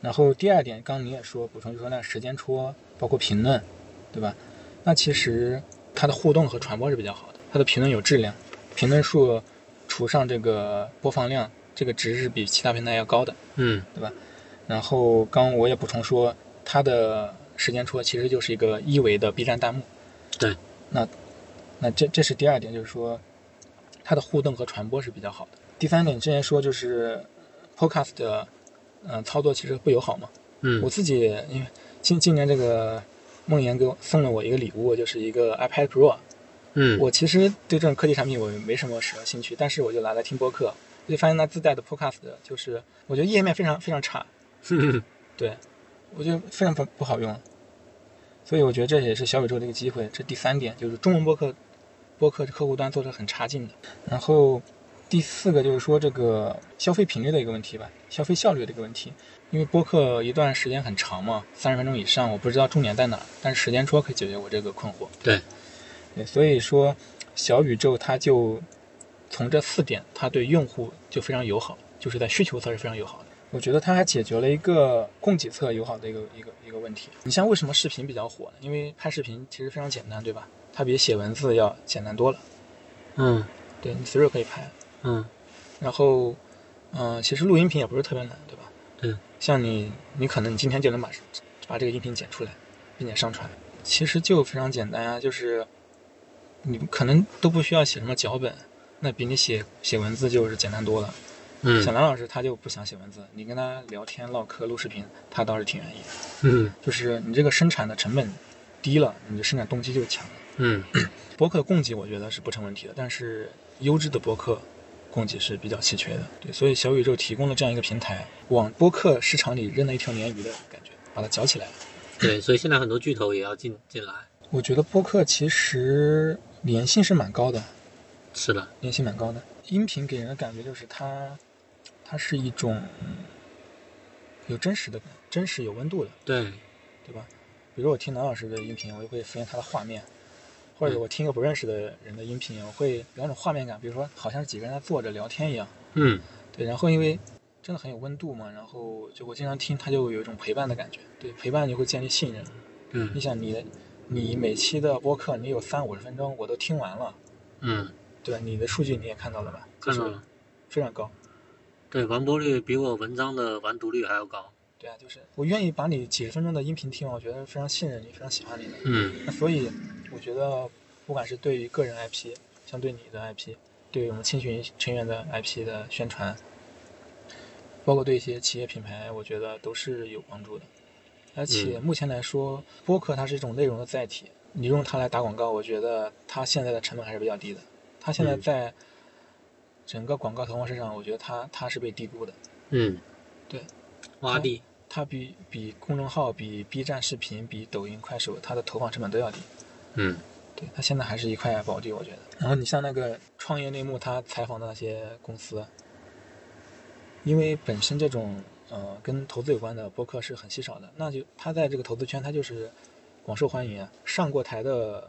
B: 然后第二点，刚刚你也说补充，就说那时间戳，包括评论，对吧？那其实它的互动和传播是比较好的，它的评论有质量，评论数除上这个播放量，这个值是比其他平台要高的。
C: 嗯
B: 然后刚我也补充说，它的时间戳其实就是一个一维的 B 站弹幕。
C: 对，
B: 那那这这是第二点，就是说它的互动和传播是比较好的。第三点，之前说就是 Podcast 的嗯、呃操作其实不友好嘛。我
C: 嗯
B: 自己因为今今年这个梦岩给我送了我一个礼物，就是一个 iPad Pro。啊
C: 嗯，
B: 我其实对这种科技产品我没什么什么兴趣，但是我就拿来听播客，就发现它自带的 Podcast 就是我觉
C: 嗯
B: 得页面非常非常差。
C: 哼哼
B: 对，我觉得非常不不好用。所以我觉得这也是小宇宙的一个机会。这第三点就是中文播客，播客客户端做的很差劲的。然后第四个就是说这个消费频率的一个问题吧，消费效率的一个问题。因为播客一段时间很长嘛，三十分钟以上，我不知道重点在哪儿，但是时间戳可以解决我这个困惑。
C: 对，
B: 对，所以说小宇宙它就从这四点，它对用户就非常友好，就是在需求侧是非常友好的。我觉得它还解决了一个供给侧友好的一个一个一个问题。你像为什么视频比较火呢？因为拍视频其实非常简单，对吧？它比写文字要简单多了。
C: 嗯
B: 对你随手可以拍，
C: 嗯
B: 然后，嗯、其实录音频也不是特别难，对吧？
C: 对。
B: 像你，你可能你今天就能把把这个音频剪出来，并且上传，其实就非常简单啊，就是你可能都不需要写什么脚本，那比你写写文字就是简单多了。小
C: 嗯
B: 梁老师他就不想写文字，你跟他聊天唠嗑录视频，他倒是挺愿意的。
C: 嗯
B: 就是你这个生产的成本低了，你的生产动机就强了。
C: 嗯
B: 播客供给我觉得是不成问题的，但是优质的播客供给是比较稀缺的。对，所以小宇宙提供了这样一个平台，往播客市场里扔了一条鲶鱼的感觉，把它搅起来了。
C: 对，所以现在很多巨头也要进进来。
B: 我觉得播客其实粘性是蛮高的，
C: 是的，
B: 粘性蛮高的。音频给人的感觉就是它，它是一种嗯有真实的、真实有温度的，
C: 对
B: 对吧？比如我听南老师的音频，我就会分辨他的画面，或者我听一个不认识的人的音频，我会有那种画面感，比如说好像是几个人在坐着聊天一样。
C: 嗯
B: 对，然后因为真的很有温度嘛，然后就我经常听，它就有一种陪伴的感觉。对，陪伴你会建立信任。你
C: 嗯
B: 想你的，你每期的播客你有三五十分钟，我都听完了，
C: 嗯，
B: 对吧？你的数据你也看到了吧？
C: 看到了，，
B: 非常高。
C: 对完播率比我文章的完读率还要高。
B: 对啊，就是我愿意把你几十分钟的音频听完，我觉得非常信任你，非常喜欢你的。
C: 嗯
B: 那所以我觉得，不管是对于个人 IP，像对你的 IP，对于我们亲群成员的 IP 的宣传，包括对一些企业品牌，我觉得都是有帮助的。而且目前来说，播客它是一种内容的载体，你用它来打广告，我觉得它现在的成本还是比较低的。它现在
C: 嗯
B: 在整个广告投放市场，我觉得它它是被低估的。
C: 嗯，
B: 对，
C: 洼地，
B: 它比比公众号、比 B 站视频、比抖音、快手，它的投放成本都要低。
C: 嗯
B: 对，它现在还是一块宝地，我觉得。然后你像那个创业内幕，他采访的那些公司，因为本身这种呃跟投资有关的播客是很稀少的，那就他在这个投资圈，他就是广受欢迎啊。上过台的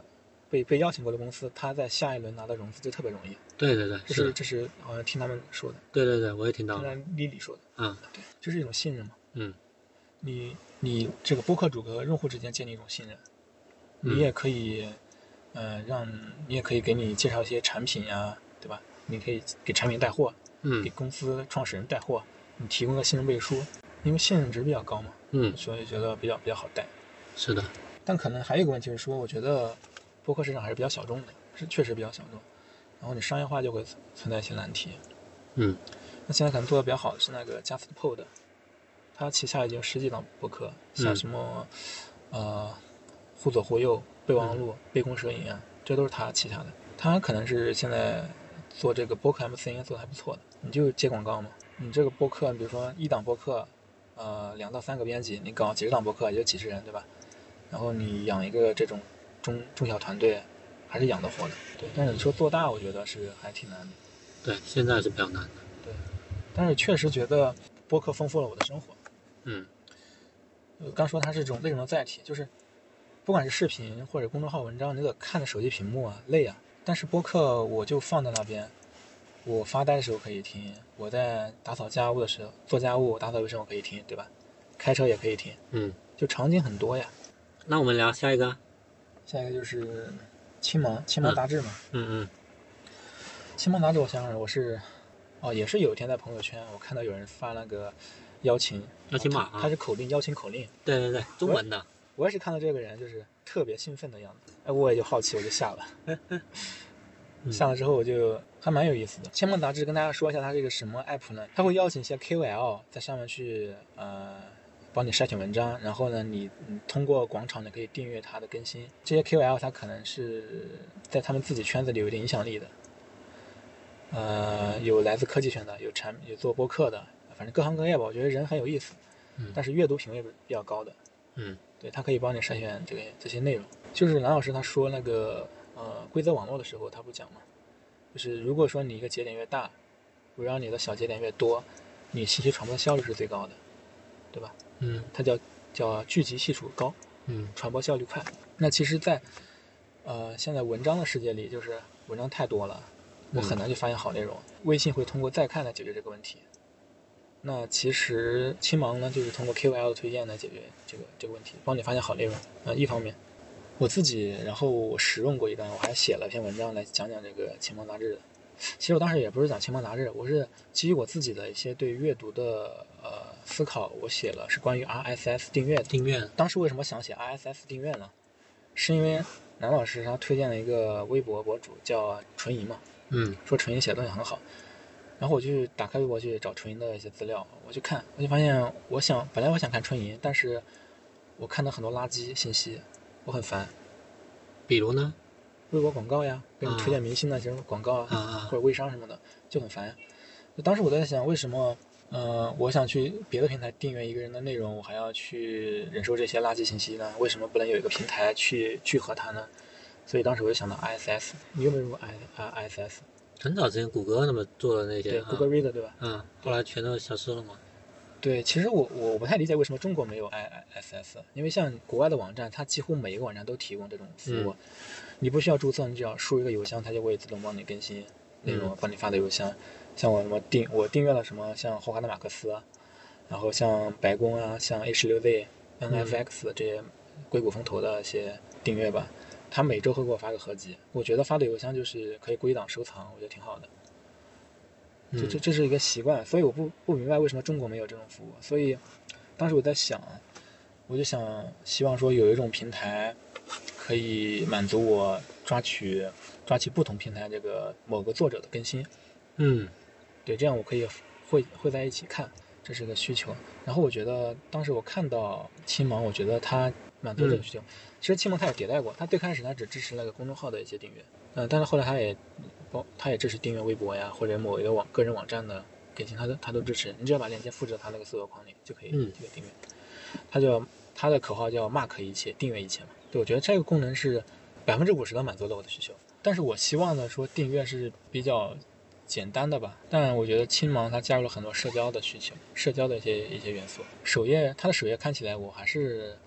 B: 被被邀请过的公司，他在下一轮拿到融资就特别容易。
C: 对对对，是
B: 这是
C: 的，
B: 这是好像听他们说的，
C: 对对对，我也听到
B: 听
C: 了。
B: 丽丽说的，
C: 嗯
B: 对，就是一种信任嘛。
C: 嗯
B: 你你这个播客主和用户之间建立一种信任，
C: 嗯
B: 你也可以，呃，让你也可以给你介绍一些产品呀、对吧？你可以给产品带货，给
C: 嗯
B: 公司创始人带货，你提供个信任背书，因为信任值比较高嘛，
C: 嗯，
B: 所以觉得比较比较好带。
C: 是的，
B: 但可能还有一个问题是说，我觉得播客市场还是比较小众的，是确实比较小众。然后你商业化就会存在一些难题。
C: 嗯
B: 那现在可能做的比较好的是那个 JustPod，它旗下已经有十几档播客，像
C: 嗯
B: 什么、呃忽左忽右、备忘录、杯弓蛇影啊，这都是它旗下的。它可能是现在做这个播客 MCN 做的还不错的。你就接广告嘛，你这个播客，比如说一档播客，呃两到三个编辑，你搞几十档播客也就几十人，对吧？然后你养一个这种中中小团队，还是养得活的。对，但是你说做大，我觉得是还挺难的。
C: 对，现在是比较难的。
B: 但是确实觉得播客丰富了我的生活。
C: 嗯
B: 我刚说它是一种内容的载体，就是不管是视频或者公众号文章，你得看着手机屏幕啊，累啊。但是播客我就放在那边，我发呆的时候可以听，我在打扫家务的时候、做家务、打扫卫生我可以听，对吧？开车也可以听，
C: 嗯，
B: 就场景很多呀。
C: 那我们聊下一个。啊
B: 下一个就是青芒青芒杂志嘛，
C: 嗯
B: 青芒杂志我想想，我是哦，也是有一天在朋友圈我看到有人发那个邀请
C: 邀请码啊
B: 它它是口令邀请口令。
C: 嗯，对对对，中文的。
B: 我也是看到这个人就是特别兴奋的样子，哎，我也就好奇，我就下了。下了之后，我就还蛮有意思的。千梦杂志跟大家说一下，它是一个什么 app 呢？它会邀请一些 KOL 在上面去呃帮你筛选文章，然后呢，你你通过广场你可以订阅它的更新。这些 KOL 它可能是在他们自己圈子里有一定影响力的，呃，有来自科技圈的，有产有做播客的，反正各行各业吧。我觉得人很有意思
C: 嗯，
B: 但是阅读品味比较高的。
C: 嗯
B: 对，它可以帮你筛选这个这些内容。就是蓝老师他说那个呃规则网络的时候，他不讲嘛，就是如果说你一个节点越大，围绕你的小节点越多，你信息传播效率是最高的，对吧？
C: 嗯
B: 它叫叫聚集系数高，
C: 嗯
B: 传播效率快。那其实在，呃现在文章的世界里，就是文章太多了，我很难去发现好内容。微信会通过再看来解决这个问题。那其实青芒呢，就是通过 KOL 的推荐来解决这个这个问题，帮你发现好内容。呃，一方面，我自己然后我使用过一段，我还写了篇文章来讲讲这个青芒杂志的。其实我当时也不是讲青芒杂志，我是基于我自己的一些对阅读的呃思考，我写了是关于 RSS 订阅的。
C: 订阅
B: 当时为什么想写 RSS 订阅呢？是因为南老师他推荐了一个微博博主叫纯银嘛，
C: 嗯
B: 说纯银写的东西很好。然后我就打开微博去找纯银的一些资料，我去看，我就发现，我想本来我想看纯银，但是我看到很多垃圾信息，我很烦。
C: 比如呢
B: 微博广告呀，给你推
C: 啊
B: 荐明星的这种广告啊，
C: 啊啊
B: 或者微商什么的，就很烦。就当时我在想，为什么，呃，我想去别的平台订阅一个人的内容，我还要去忍受这些垃圾信息呢？为什么不能有一个平台去聚合它呢？所以当时我就想到 ISS，你有没有用过 I 呃 I ISS？
C: 很早之前谷歌那么做的那些
B: 对
C: 啊
B: ，Google Reader 对吧？
C: 嗯，后来全都消失了嘛。
B: 对，其实我我不太理解为什么中国没有 ISS，因为像国外的网站，它几乎每一个网站都提供这种服务，你不需要注册，你只要输一个邮箱，它就会自动帮你更新内容，帮你发的邮箱。像我什么订我订阅了什么，像霍华德马克思啊，然后像白宫啊，像 A 十六 Z、NFX 这些硅谷风投的一些订阅吧，它每周会给我发个合集，我觉得发的邮箱就是可以归档收藏，我觉得挺好的。这这
C: 嗯
B: 这是一个习惯，所以我不不明白为什么中国没有这种服务。所以当时我在想，我就想希望说有一种平台可以满足我抓取抓取不同平台这个某个作者的更新，
C: 嗯
B: 对，这样我可以会会在一起看，这是一个需求。然后我觉得当时我看到青芒，我觉得它满足这个需求。其实青芒它有迭代过，它最开始它只支持那个公众号的一些订阅，嗯、但是后来它也包它也支持订阅微博呀或者某一个网个人网站的更新，它都它都支持。你只要把链接复制到它那个搜索框里就可以
C: 嗯
B: 这个订阅。它叫它的口号叫 “mark 一切，订阅一切”嘛。对，我觉得这个功能是百分之五十的满足了我的需求。但是我希望呢，说订阅是比较简单的吧。但我觉得青芒它加入了很多社交的需求，社交的一些一些元素。首页它的首页看起来我还是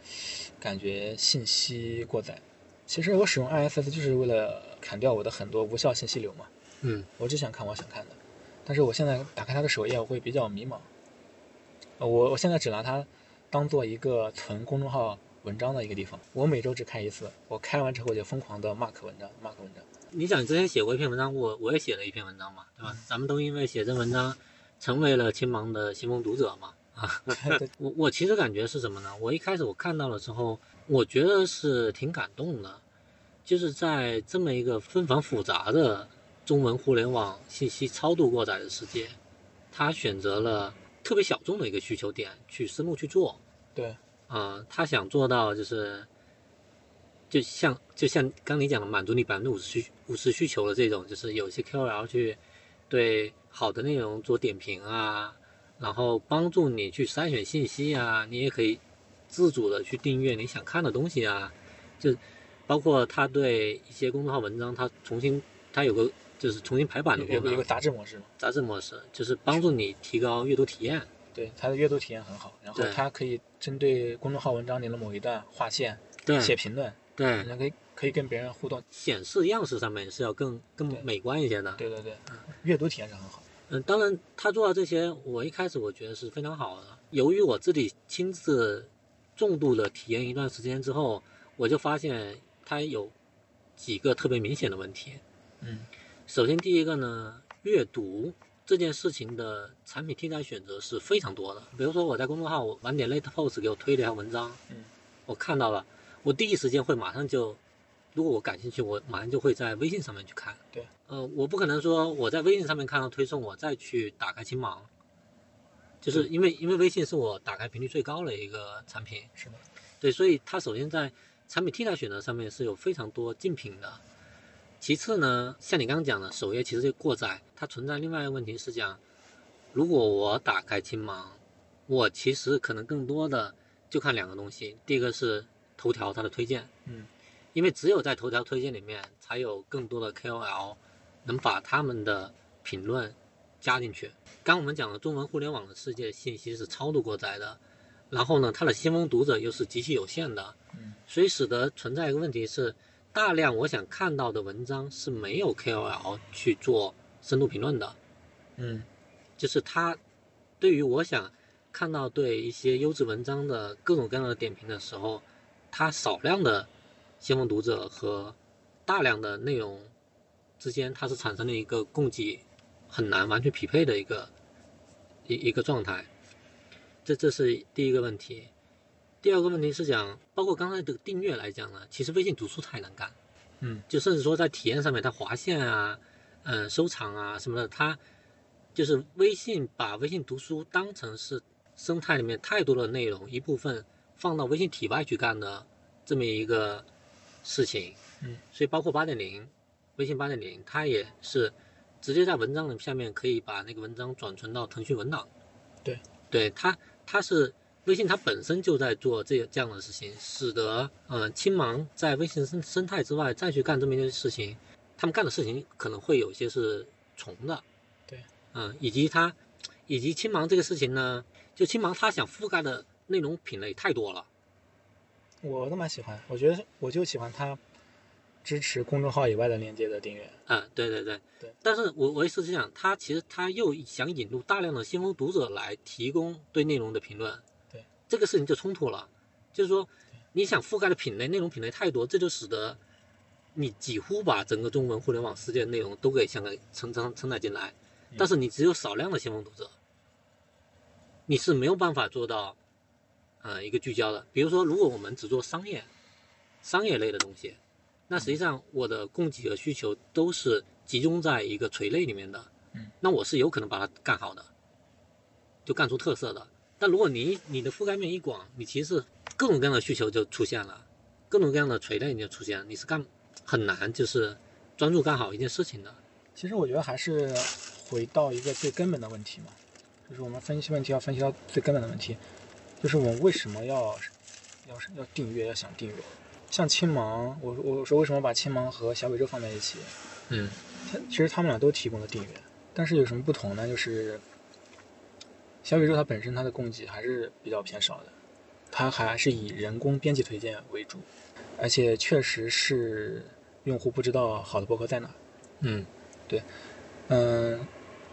B: 感觉信息过载。其实我使用 ISS 就是为了砍掉我的很多无效信息流嘛。
C: 嗯
B: 我只想看我想看的，但是我现在打开它的首页，我会比较迷茫。呃我我现在只拿它当做一个存公众号文章的一个地方，我每周只看一次，我看完之后就疯狂的 mark 文章，mark 文章。
C: 你想之前写过一篇文章，我我也写了一篇文章嘛，对吧？咱们都因为写这文章，成为了青芒的先锋读者嘛。啊
B: 对
C: 我我其实感觉是什么呢？我一开始我看到了之后，我觉得是挺感动的，就是在这么一个纷繁复杂的中文互联网信息超度过载的世界，他选择了特别小众的一个需求点去深入去做。
B: 对，
C: 啊、他想做到就是，就像就像刚你讲的，满足你百分之五十需五十需求的这种，就是有一些 KOL 去对好的内容做点评啊，然后帮助你去筛选信息啊，你也可以自主的去订阅你想看的东西啊，就包括他对一些公众号文章，他重新他有个就是重新排版的
B: 有
C: 功
B: 有个有个
C: 能，
B: 杂志模式嘛，
C: 杂志模式就是帮助你提高阅读体验。
B: 对它的阅读体验很好，然后
C: 对
B: 它可以针对公众号文章里的某一段划线
C: 对
B: 写评论，
C: 对
B: 你，可以可以跟别人互动。
C: 显示样式上面是要更
B: 对
C: 更美观一些的。
B: 对对对，嗯阅读体验是很好。
C: 嗯，当然他做到这些，我一开始我觉得是非常好的。由于我自己亲自重度的体验一段时间之后，我就发现它有几个特别明显的问题。
B: 嗯，
C: 首先第一个呢，阅读这件事情的产品替代选择是非常多的。比如说我在公众号我晚点 late post 给我推了一条文章，
B: 嗯，
C: 我看到了，我第一时间会马上就，如果我感兴趣，我马上就会在微信上面去看。
B: 对，
C: 呃，我不可能说我在微信上面看到推送，我再去打开青芒。就是因为因为微信是我打开频率最高的一个产品，
B: 是的，
C: 对，所以它首先在产品替代选择上面是有非常多竞品的。其次呢，像你刚刚讲的，首页其实就过载，它存在另外一个问题是讲，如果我打开青芒，我其实可能更多的就看两个东西，第一个是头条它的推荐，
B: 嗯，
C: 因为只有在头条推荐里面，才有更多的 KOL 能把他们的评论加进去。刚我们讲了，中文互联网的世界信息是超度过载的，然后呢，它的先锋读者又是极其有限的，
B: 嗯
C: 所以使得存在一个问题是，大量我想看到的文章是没有 KOL 去做深度评论的，
B: 嗯
C: 就是他对于我想看到对一些优质文章的各种各样的点评的时候，他少量的先锋读者和大量的内容之间，它是产生了一个供给很难完全匹配的一个一一个状态。这这是第一个问题。第二个问题是讲，包括刚才的订阅来讲呢，其实微信读书太难干，
B: 嗯，
C: 就甚至说在体验上面，它划线啊、嗯、收藏啊什么的，它就是微信把微信读书当成是生态里面太多的内容一部分放到微信体外去干的这么一个事情。
B: 嗯，
C: 所以包括八点零，微信八点零，它也是直接在文章的下面可以把那个文章转存到腾讯文档。
B: 对，
C: 对，它它是微信它本身就在做这这样的事情，使得呃青芒在微信生生态之外再去干这么一件事情，他们干的事情可能会有些是重的。
B: 对，
C: 嗯，以及它以及青芒这个事情呢，就青芒它想覆盖的内容品类太多了。
B: 我都蛮喜欢，我觉得我就喜欢它支持公众号以外的链接的订阅。
C: 嗯，对对对，
B: 对
C: 但是我我意思是想，他其实他又想引入大量的先锋读者来提供对内容的评论，
B: 对
C: 这个事情就冲突了。就是说，你想覆盖的品类内容品类太多，这就使得你几乎把整个中文互联网世界的内容都给想给承承承载进来，
B: 嗯
C: 但是你只有少量的先锋读者，你是没有办法做到，呃，一个聚焦的。比如说，如果我们只做商业商业类的东西，那实际上我的供给和需求都是集中在一个垂类里面的，
B: 嗯，
C: 那我是有可能把它干好的，就干出特色的。但如果你你的覆盖面一广，你其实各种各样的需求就出现了，各种各样的垂类你就出现了，你是干很难就是专注干好一件事情的。
B: 其实我觉得还是回到一个最根本的问题嘛，就是我们分析问题要分析到最根本的问题，就是我们为什么要要要订阅，要想订阅。像青芒，我我说为什么把青芒和小宇宙放在一起？
C: 嗯
B: 它其实他们俩都提供了订阅，但是有什么不同呢？就是小宇宙它本身它的供给还是比较偏少的，它还是以人工编辑推荐为主，而且确实是用户不知道好的博客在哪。
C: 嗯
B: 嗯，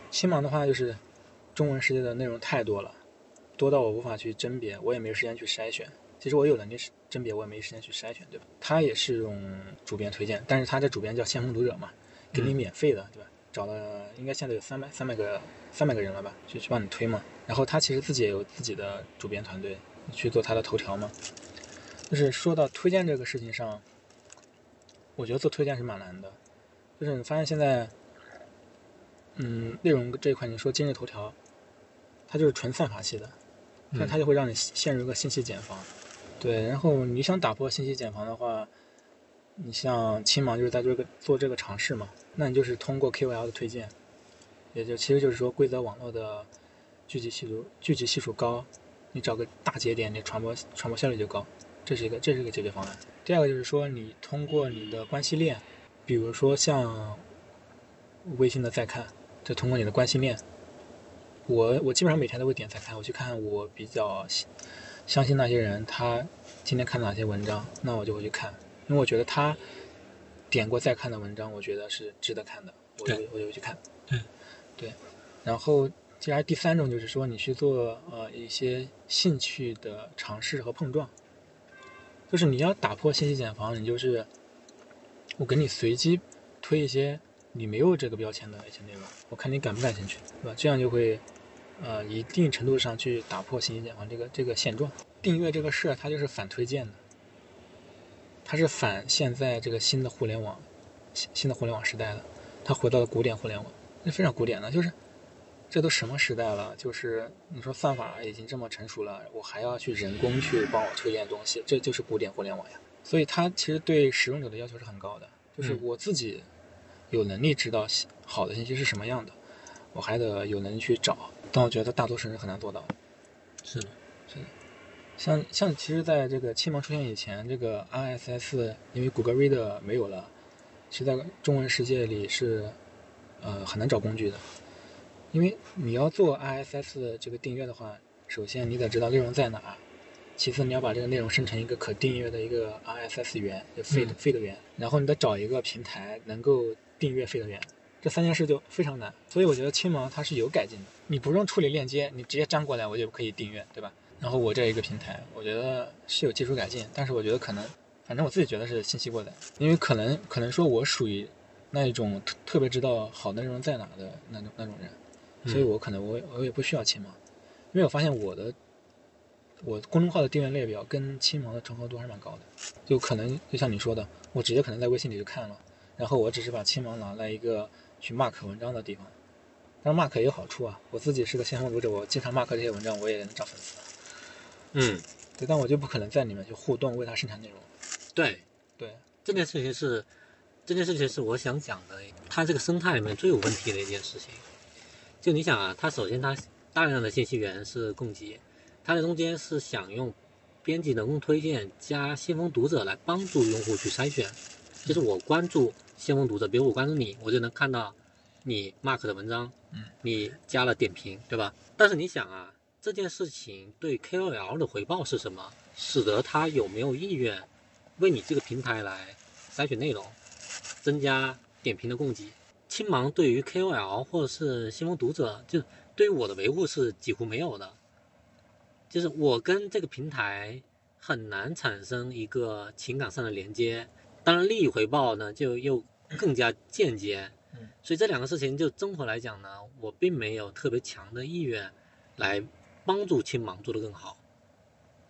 B: 新芒的话就是中文世界的内容太多了，多到我无法去甄别，我也没有时间去筛选。其实我有能力甄别，我也没时间去筛选，对吧？他也是用主编推荐，但是他这主编叫先锋读者嘛，给你
C: 嗯
B: 免费的，对吧？找了应该现在有三百三百个三百个人了吧，就去帮你推嘛。然后他其实自己也有自己的主编团队去做他的头条嘛。就是说到推荐这个事情上，我觉得做推荐是蛮难的，就是你发现现在嗯，内容这一块，你说今日头条，它就是纯算法系的，那它就会让你陷入一个信息茧房。对，然后你想打破信息茧房的话，你像青芒就是在这个做这个尝试嘛，那你就是通过 KOL 的推荐，也就其实就是说规则网络的聚集系数聚集系数高，你找个大节点，你传播传播效率就高，这是一个这是一个解决方案。第二个就是说，你通过你的关系链，比如说像微信的再看，就通过你的关系链，我我基本上每天都会点再看，我去看我比较喜相信那些人，他今天看了哪些文章，那我就会去看，因为我觉得他点过再看的文章，我觉得是值得看的，我就
C: 对
B: 我就会去看。
C: 对
B: 对，然后接下来第三种就是说，你去做呃一些兴趣的尝试和碰撞，就是你要打破信息茧房，你就是我给你随机推一些你没有这个标签的一些内容，我看你感不感兴趣，对吧？这样就会，呃，一定程度上去打破信息茧房这个这个现状。订阅这个事儿，它就是反推荐的，它是反现在这个新的互联网，新新的互联网时代的，它回到了古典互联网，那非常古典的，就是这都什么时代了？就是你说算法已经这么成熟了，我还要去人工去帮我推荐东西，这就是古典互联网呀。所以它其实对使用者的要求是很高的，就是
C: 嗯
B: 我自己有能力知道信好的信息是什么样的，
C: 嗯
B: 我还得有能力去找。但我觉得大多数人是很难做到的。
C: 是的，
B: 是的。像像其实，在这个青芒出现以前，这个 RSS 因为谷歌 Reader 没有了，其实在中文世界里是呃很难找工具的，因为你要做 RSS 这个订阅的话，首先你得知道内容在哪儿，其次你要把这个内容生成一个可订阅的一个 RSS 源，就 feed、
C: 嗯
B: feed 源，然后你得找一个平台能够订阅 feed 源。这三件事就非常难，所以我觉得青芒它是有改进的。你不用处理链接，你直接粘过来，我就可以订阅，对吧？然后我这一个平台，我觉得是有技术改进，但是我觉得可能，反正我自己觉得是信息过载，因为可能可能说我属于那一种特特别知道好内容在哪的那种那种人，
C: 嗯
B: 所以我可能我也我也不需要青芒，因为我发现我的我公众号的订阅列表跟青芒的重合度还是蛮高的，就可能就像你说的，我直接可能在微信里就看了，然后我只是把青芒拿来一个去 mark 文章的地方，当然 mark 也有好处啊，我自己是个先锋读者，我经常 mark 这些文章，我也能涨粉丝。
C: 嗯，
B: 对，但我就不可能在里面去互动，为它生产内容。
C: 对，
B: 对，
C: 这件事情是，这件事情是我想讲的，它这个生态里面最有问题的一件事情。就你想啊，它首先它大量的信息源是供给，它的中间是想用编辑人工推荐加先锋读者来帮助用户去筛选，就是我关注先锋读者，比如我关注你，我就能看到你 mark 的文章，
B: 嗯，
C: 你加了点评，对吧？但是你想啊，这件事情对 KOL 的回报是什么？使得他有没有意愿为你这个平台来筛选内容，增加点评的供给。青芒对于 KOL 或者是新闻读者，就对于我的维护是几乎没有的，就是我跟这个平台很难产生一个情感上的连接。当然，利益回报呢就又更加间接
B: 嗯。
C: 所以这两个事情就综合来讲呢，我并没有特别强的意愿来帮助青芒做得更好。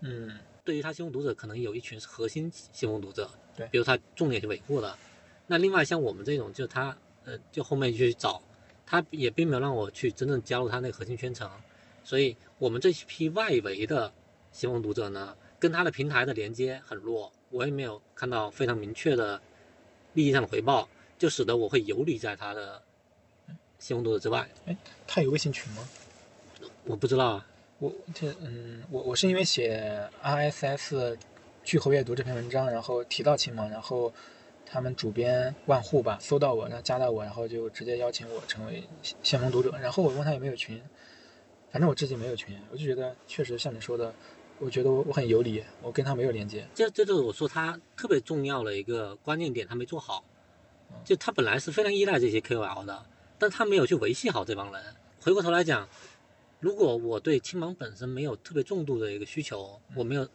B: 嗯
C: 对于他新闻读者，可能有一群是核心新闻读者，
B: 对
C: 比如他重点去维护的。那另外像我们这种，就他呃，就后面去找，他也并没有让我去真正加入他那个核心圈层，所以我们这批外围的新闻读者呢，跟他的平台的连接很弱，我也没有看到非常明确的利益上的回报，就使得我会游离在他的新闻读者之外。
B: 它有微信群吗？
C: 我不知道啊，
B: 我这嗯，我我是因为写 RSS 聚合阅读这篇文章，然后提到青芒，然后他们主编万户吧搜到我，然后加到我，然后就直接邀请我成为先先锋读者。然后我问他有没有群，反正我至今没有群，我就觉得确实像你说的，我觉得我我很游离，我跟他没有连接。
C: 这这就是我说他特别重要的一个关键点，他没做好。就他本来是非常依赖这些 KOL 的，但他没有去维系好这帮人。回过头来讲，如果我对青芒本身没有特别重度的一个需求，我没有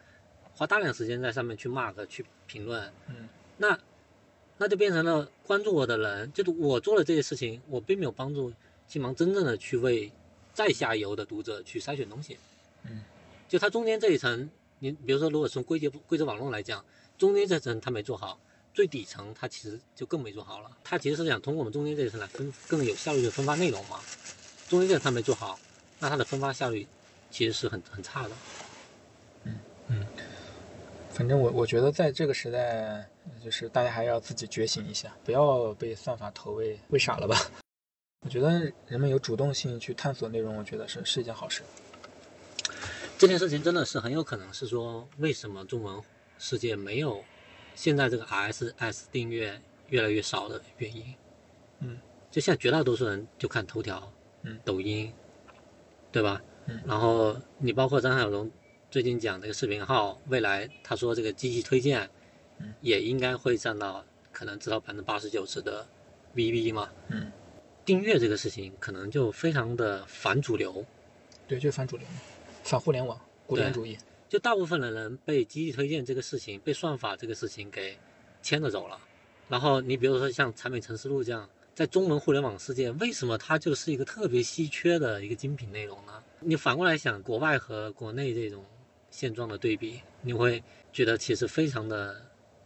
C: 花大量时间在上面去 mark 去评论，
B: 嗯
C: 那那就变成了关注我的人，就是我做了这些事情，我并没有帮助青芒真正的去为再下游的读者去筛选东西。
B: 嗯，
C: 就它中间这一层，你比如说，如果从规则规则网络来讲，中间这层它没做好，最底层它其实就更没做好了。它其实是想通过我们中间这一层来分更有效率的分发内容嘛。中间这层它没做好，那它的分发效率其实是很很差的。
B: 反正我我觉得在这个时代，就是大家还要自己觉醒一下，不要被算法投喂喂傻了吧。我觉得人们有主动性去探索内容，我觉得是是一件好事。
C: 这件事情真的是很有可能是说，为什么中文世界没有现在这个 RSS 订阅越来越少的原因。
B: 嗯，
C: 就现在绝大多数人就看头条，
B: 嗯
C: 抖音，对吧？
B: 嗯
C: 然后你包括张小龙最近讲这个视频号，未来他说这个机器推荐
B: 嗯，
C: 也应该会占到可能至少百分之八十九十的 VV 嘛。
B: 嗯，
C: 订阅这个事情可能就非常的反主流，
B: 对，就是反主流嘛，反互联网，古典主义。
C: 就大部分的人被机器推荐这个事情，被算法这个事情给牵着走了。然后你比如说像《产品陈思录》这样，在中文互联网世界，为什么它就是一个特别稀缺的一个精品内容呢？你反过来想，国外和国内这种现状的对比，你会觉得其实非常的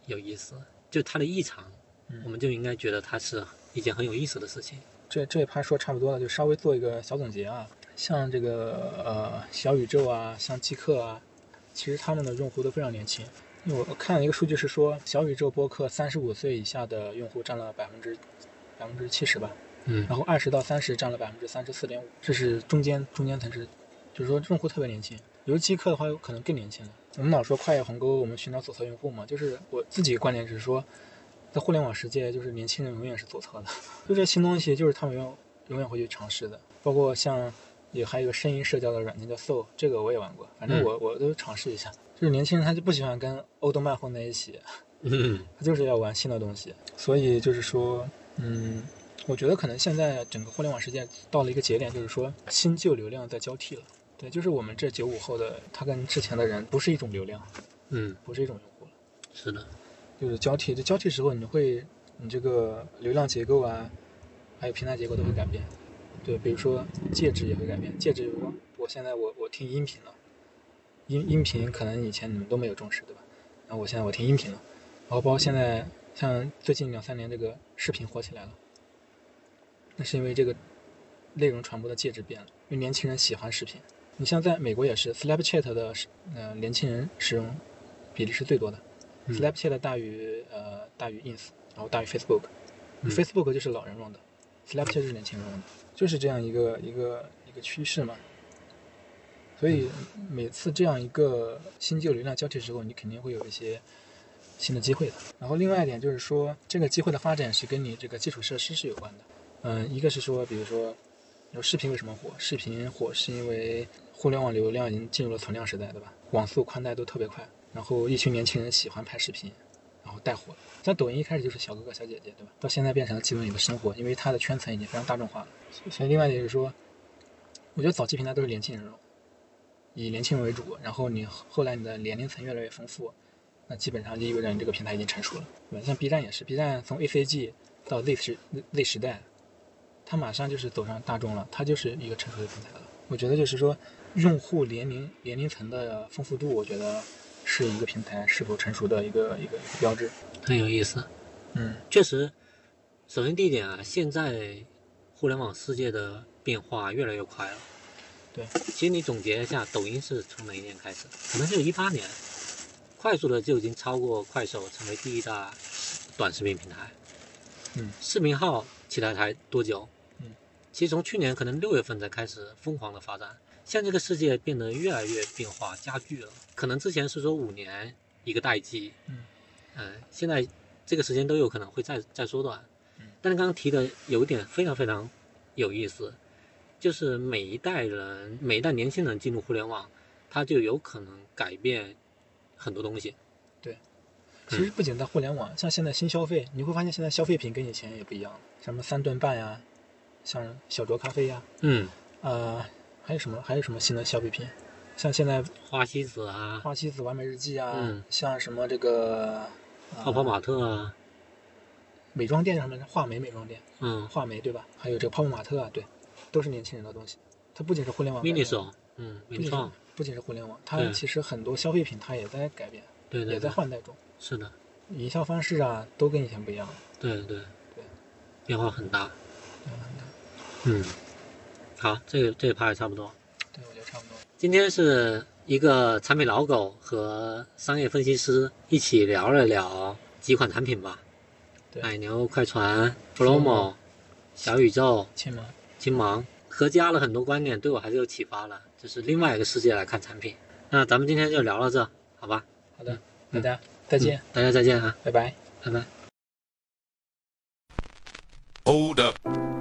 C: 有意思。就它的异常，我
B: 嗯，
C: 们就应该觉得它是一件很有意思的事情。
B: 这这一趴说差不多了，就稍微做一个小总结啊。像这个呃小宇宙啊，像极客啊，其实他们的用户都非常年轻。因为我我看了一个数据是说，小宇宙播客三十五岁以下的用户占了百分之百分之七十吧。
C: 嗯
B: 然后二十到三十占了百分之三十四点五，这是中间中间层是，就是说用户特别年轻。游戏机客的话，有可能更年轻了。我们老说跨越鸿沟，我们寻找左侧用户嘛，就是我自己观点是说，在互联网世界，就是年轻人永远是左侧的，就这新东西，就是他们永永远会去尝试的。包括像也还有一个声音社交的软件叫 Soul，这个我也玩过，反正我我都尝试一下。就是年轻人他就不喜欢跟欧动漫混在一起，
C: 嗯
B: 他就是要玩新的东西。所以就是说，嗯，我觉得可能现在整个互联网世界到了一个节点，就是说新旧流量在交替了。对，就是我们这九五后的，他跟之前的人不是一种流量，
C: 嗯，
B: 不是一种用户了，
C: 是的，
B: 就是交替。这交替时候，你会你这个流量结构啊，还有平台结构都会改变。对，比如说介质也会改变，介质我我现在我我听音频了，音音频可能以前你们都没有重视，对吧？然后我现在我听音频了，然后包括现在像最近两三年这个视频火起来了，那是因为这个内容传播的介质变了，因为年轻人喜欢视频。你像在美国也是，Snapchat 的使呃年轻人使用比例是最多的、
C: 嗯
B: s n a p c h a t 大于呃大于 Ins，然后大于 Facebook，Facebook、
C: 嗯
B: Facebook 就是老人用的，Snapchat 就是年轻人用的，就是这样一个一个一个趋势嘛。所以
C: 嗯
B: 每次这样一个新旧流量交替时候，你肯定会有一些新的机会的。然后另外一点就是说，这个机会的发展是跟你这个基础设施是有关的。嗯，一个是说，比如说，有视频为什么火？视频火是因为互联网流量已经进入了存量时代，对吧？网速、宽带都特别快，然后一群年轻人喜欢拍视频，然后带火了。像抖音一开始就是小哥哥、小姐姐，对吧？到现在变成了记录你的生活，因为它的圈层已经非常大众化了。所以所以另外一点就是说，我觉得早期平台都是年轻人用，以年轻人为主，然后你后来你的年龄层越来越丰富，那基本上就意味着你这个平台已经成熟了，对吧？像 B 站也是，B 站从 ACG 到 Z 时 Z 时代，它马上就是走上大众了，它就是一个成熟的平台了。我觉得就是说，用户年龄年龄层的丰富度，我觉得是一个平台是否成熟的一个一个一个标志。
C: 很有意思。
B: 嗯
C: 确实，首先第一点啊，现在互联网世界的变化越来越快了。
B: 对
C: 其实你总结一下，抖音是从哪一年开始？可能就一八年，快速的就已经超过快手，成为第一大短视频平台。
B: 嗯，
C: 视频号起来才多久？
B: 嗯，
C: 其实从去年可能六月份才开始疯狂的发展。现在这个世界变得越来越变化加剧了，可能之前是说五年一个代际，
B: 嗯
C: 嗯，现在这个时间都有可能会再再缩短
B: 嗯。
C: 但是刚刚提的有一点非常非常有意思，就是每一代人、每一代年轻人进入互联网，他就有可能改变很多东西。
B: 其
C: 嗯
B: 实不仅在互联网，像现在新消费，你会发现现在消费品跟以前也不一样了，什么三顿半呀，像小酌咖啡呀，
C: 嗯，
B: 呃，还有什么还有什么新的消费品？像现在
C: 花西子啊，
B: 花西子完美日记啊，
C: 嗯
B: 像什么这个呃
C: 泡泡玛特啊，
B: 美妆店上面的画眉美妆店，
C: 嗯
B: 画眉对吧？还有这个泡泡玛特啊，对，都是年轻人的东西。它不仅是互联网改变，
C: ，miniso，嗯，
B: 不
C: 文
B: 仅是
C: 创，
B: 不仅是互联网，它
C: 对
B: 其实很多消费品它也在改变，
C: 对
B: 也
C: 对
B: 在
C: 对，
B: 换代中，
C: 是的，
B: 营销方式啊都跟以前不一样了。
C: 对对变化很大。
B: 嗯
C: 嗯，好，这个这一趴也差不多。
B: 对，我觉得差不多。
C: 今天是一个产品老狗和商业分析师一起聊了聊几款产品吧，
B: 对
C: 奶牛快船、Promo、小宇宙、
B: 亲们，
C: 金芒，合加了很多观点，对我还是有启发了，就是另外一个世界来看产品。那咱们今天就聊到这，好吧？
B: 好的，大家再见，
C: 嗯大家再见啊，
B: 拜拜。
C: 拜拜。
D: Hold up.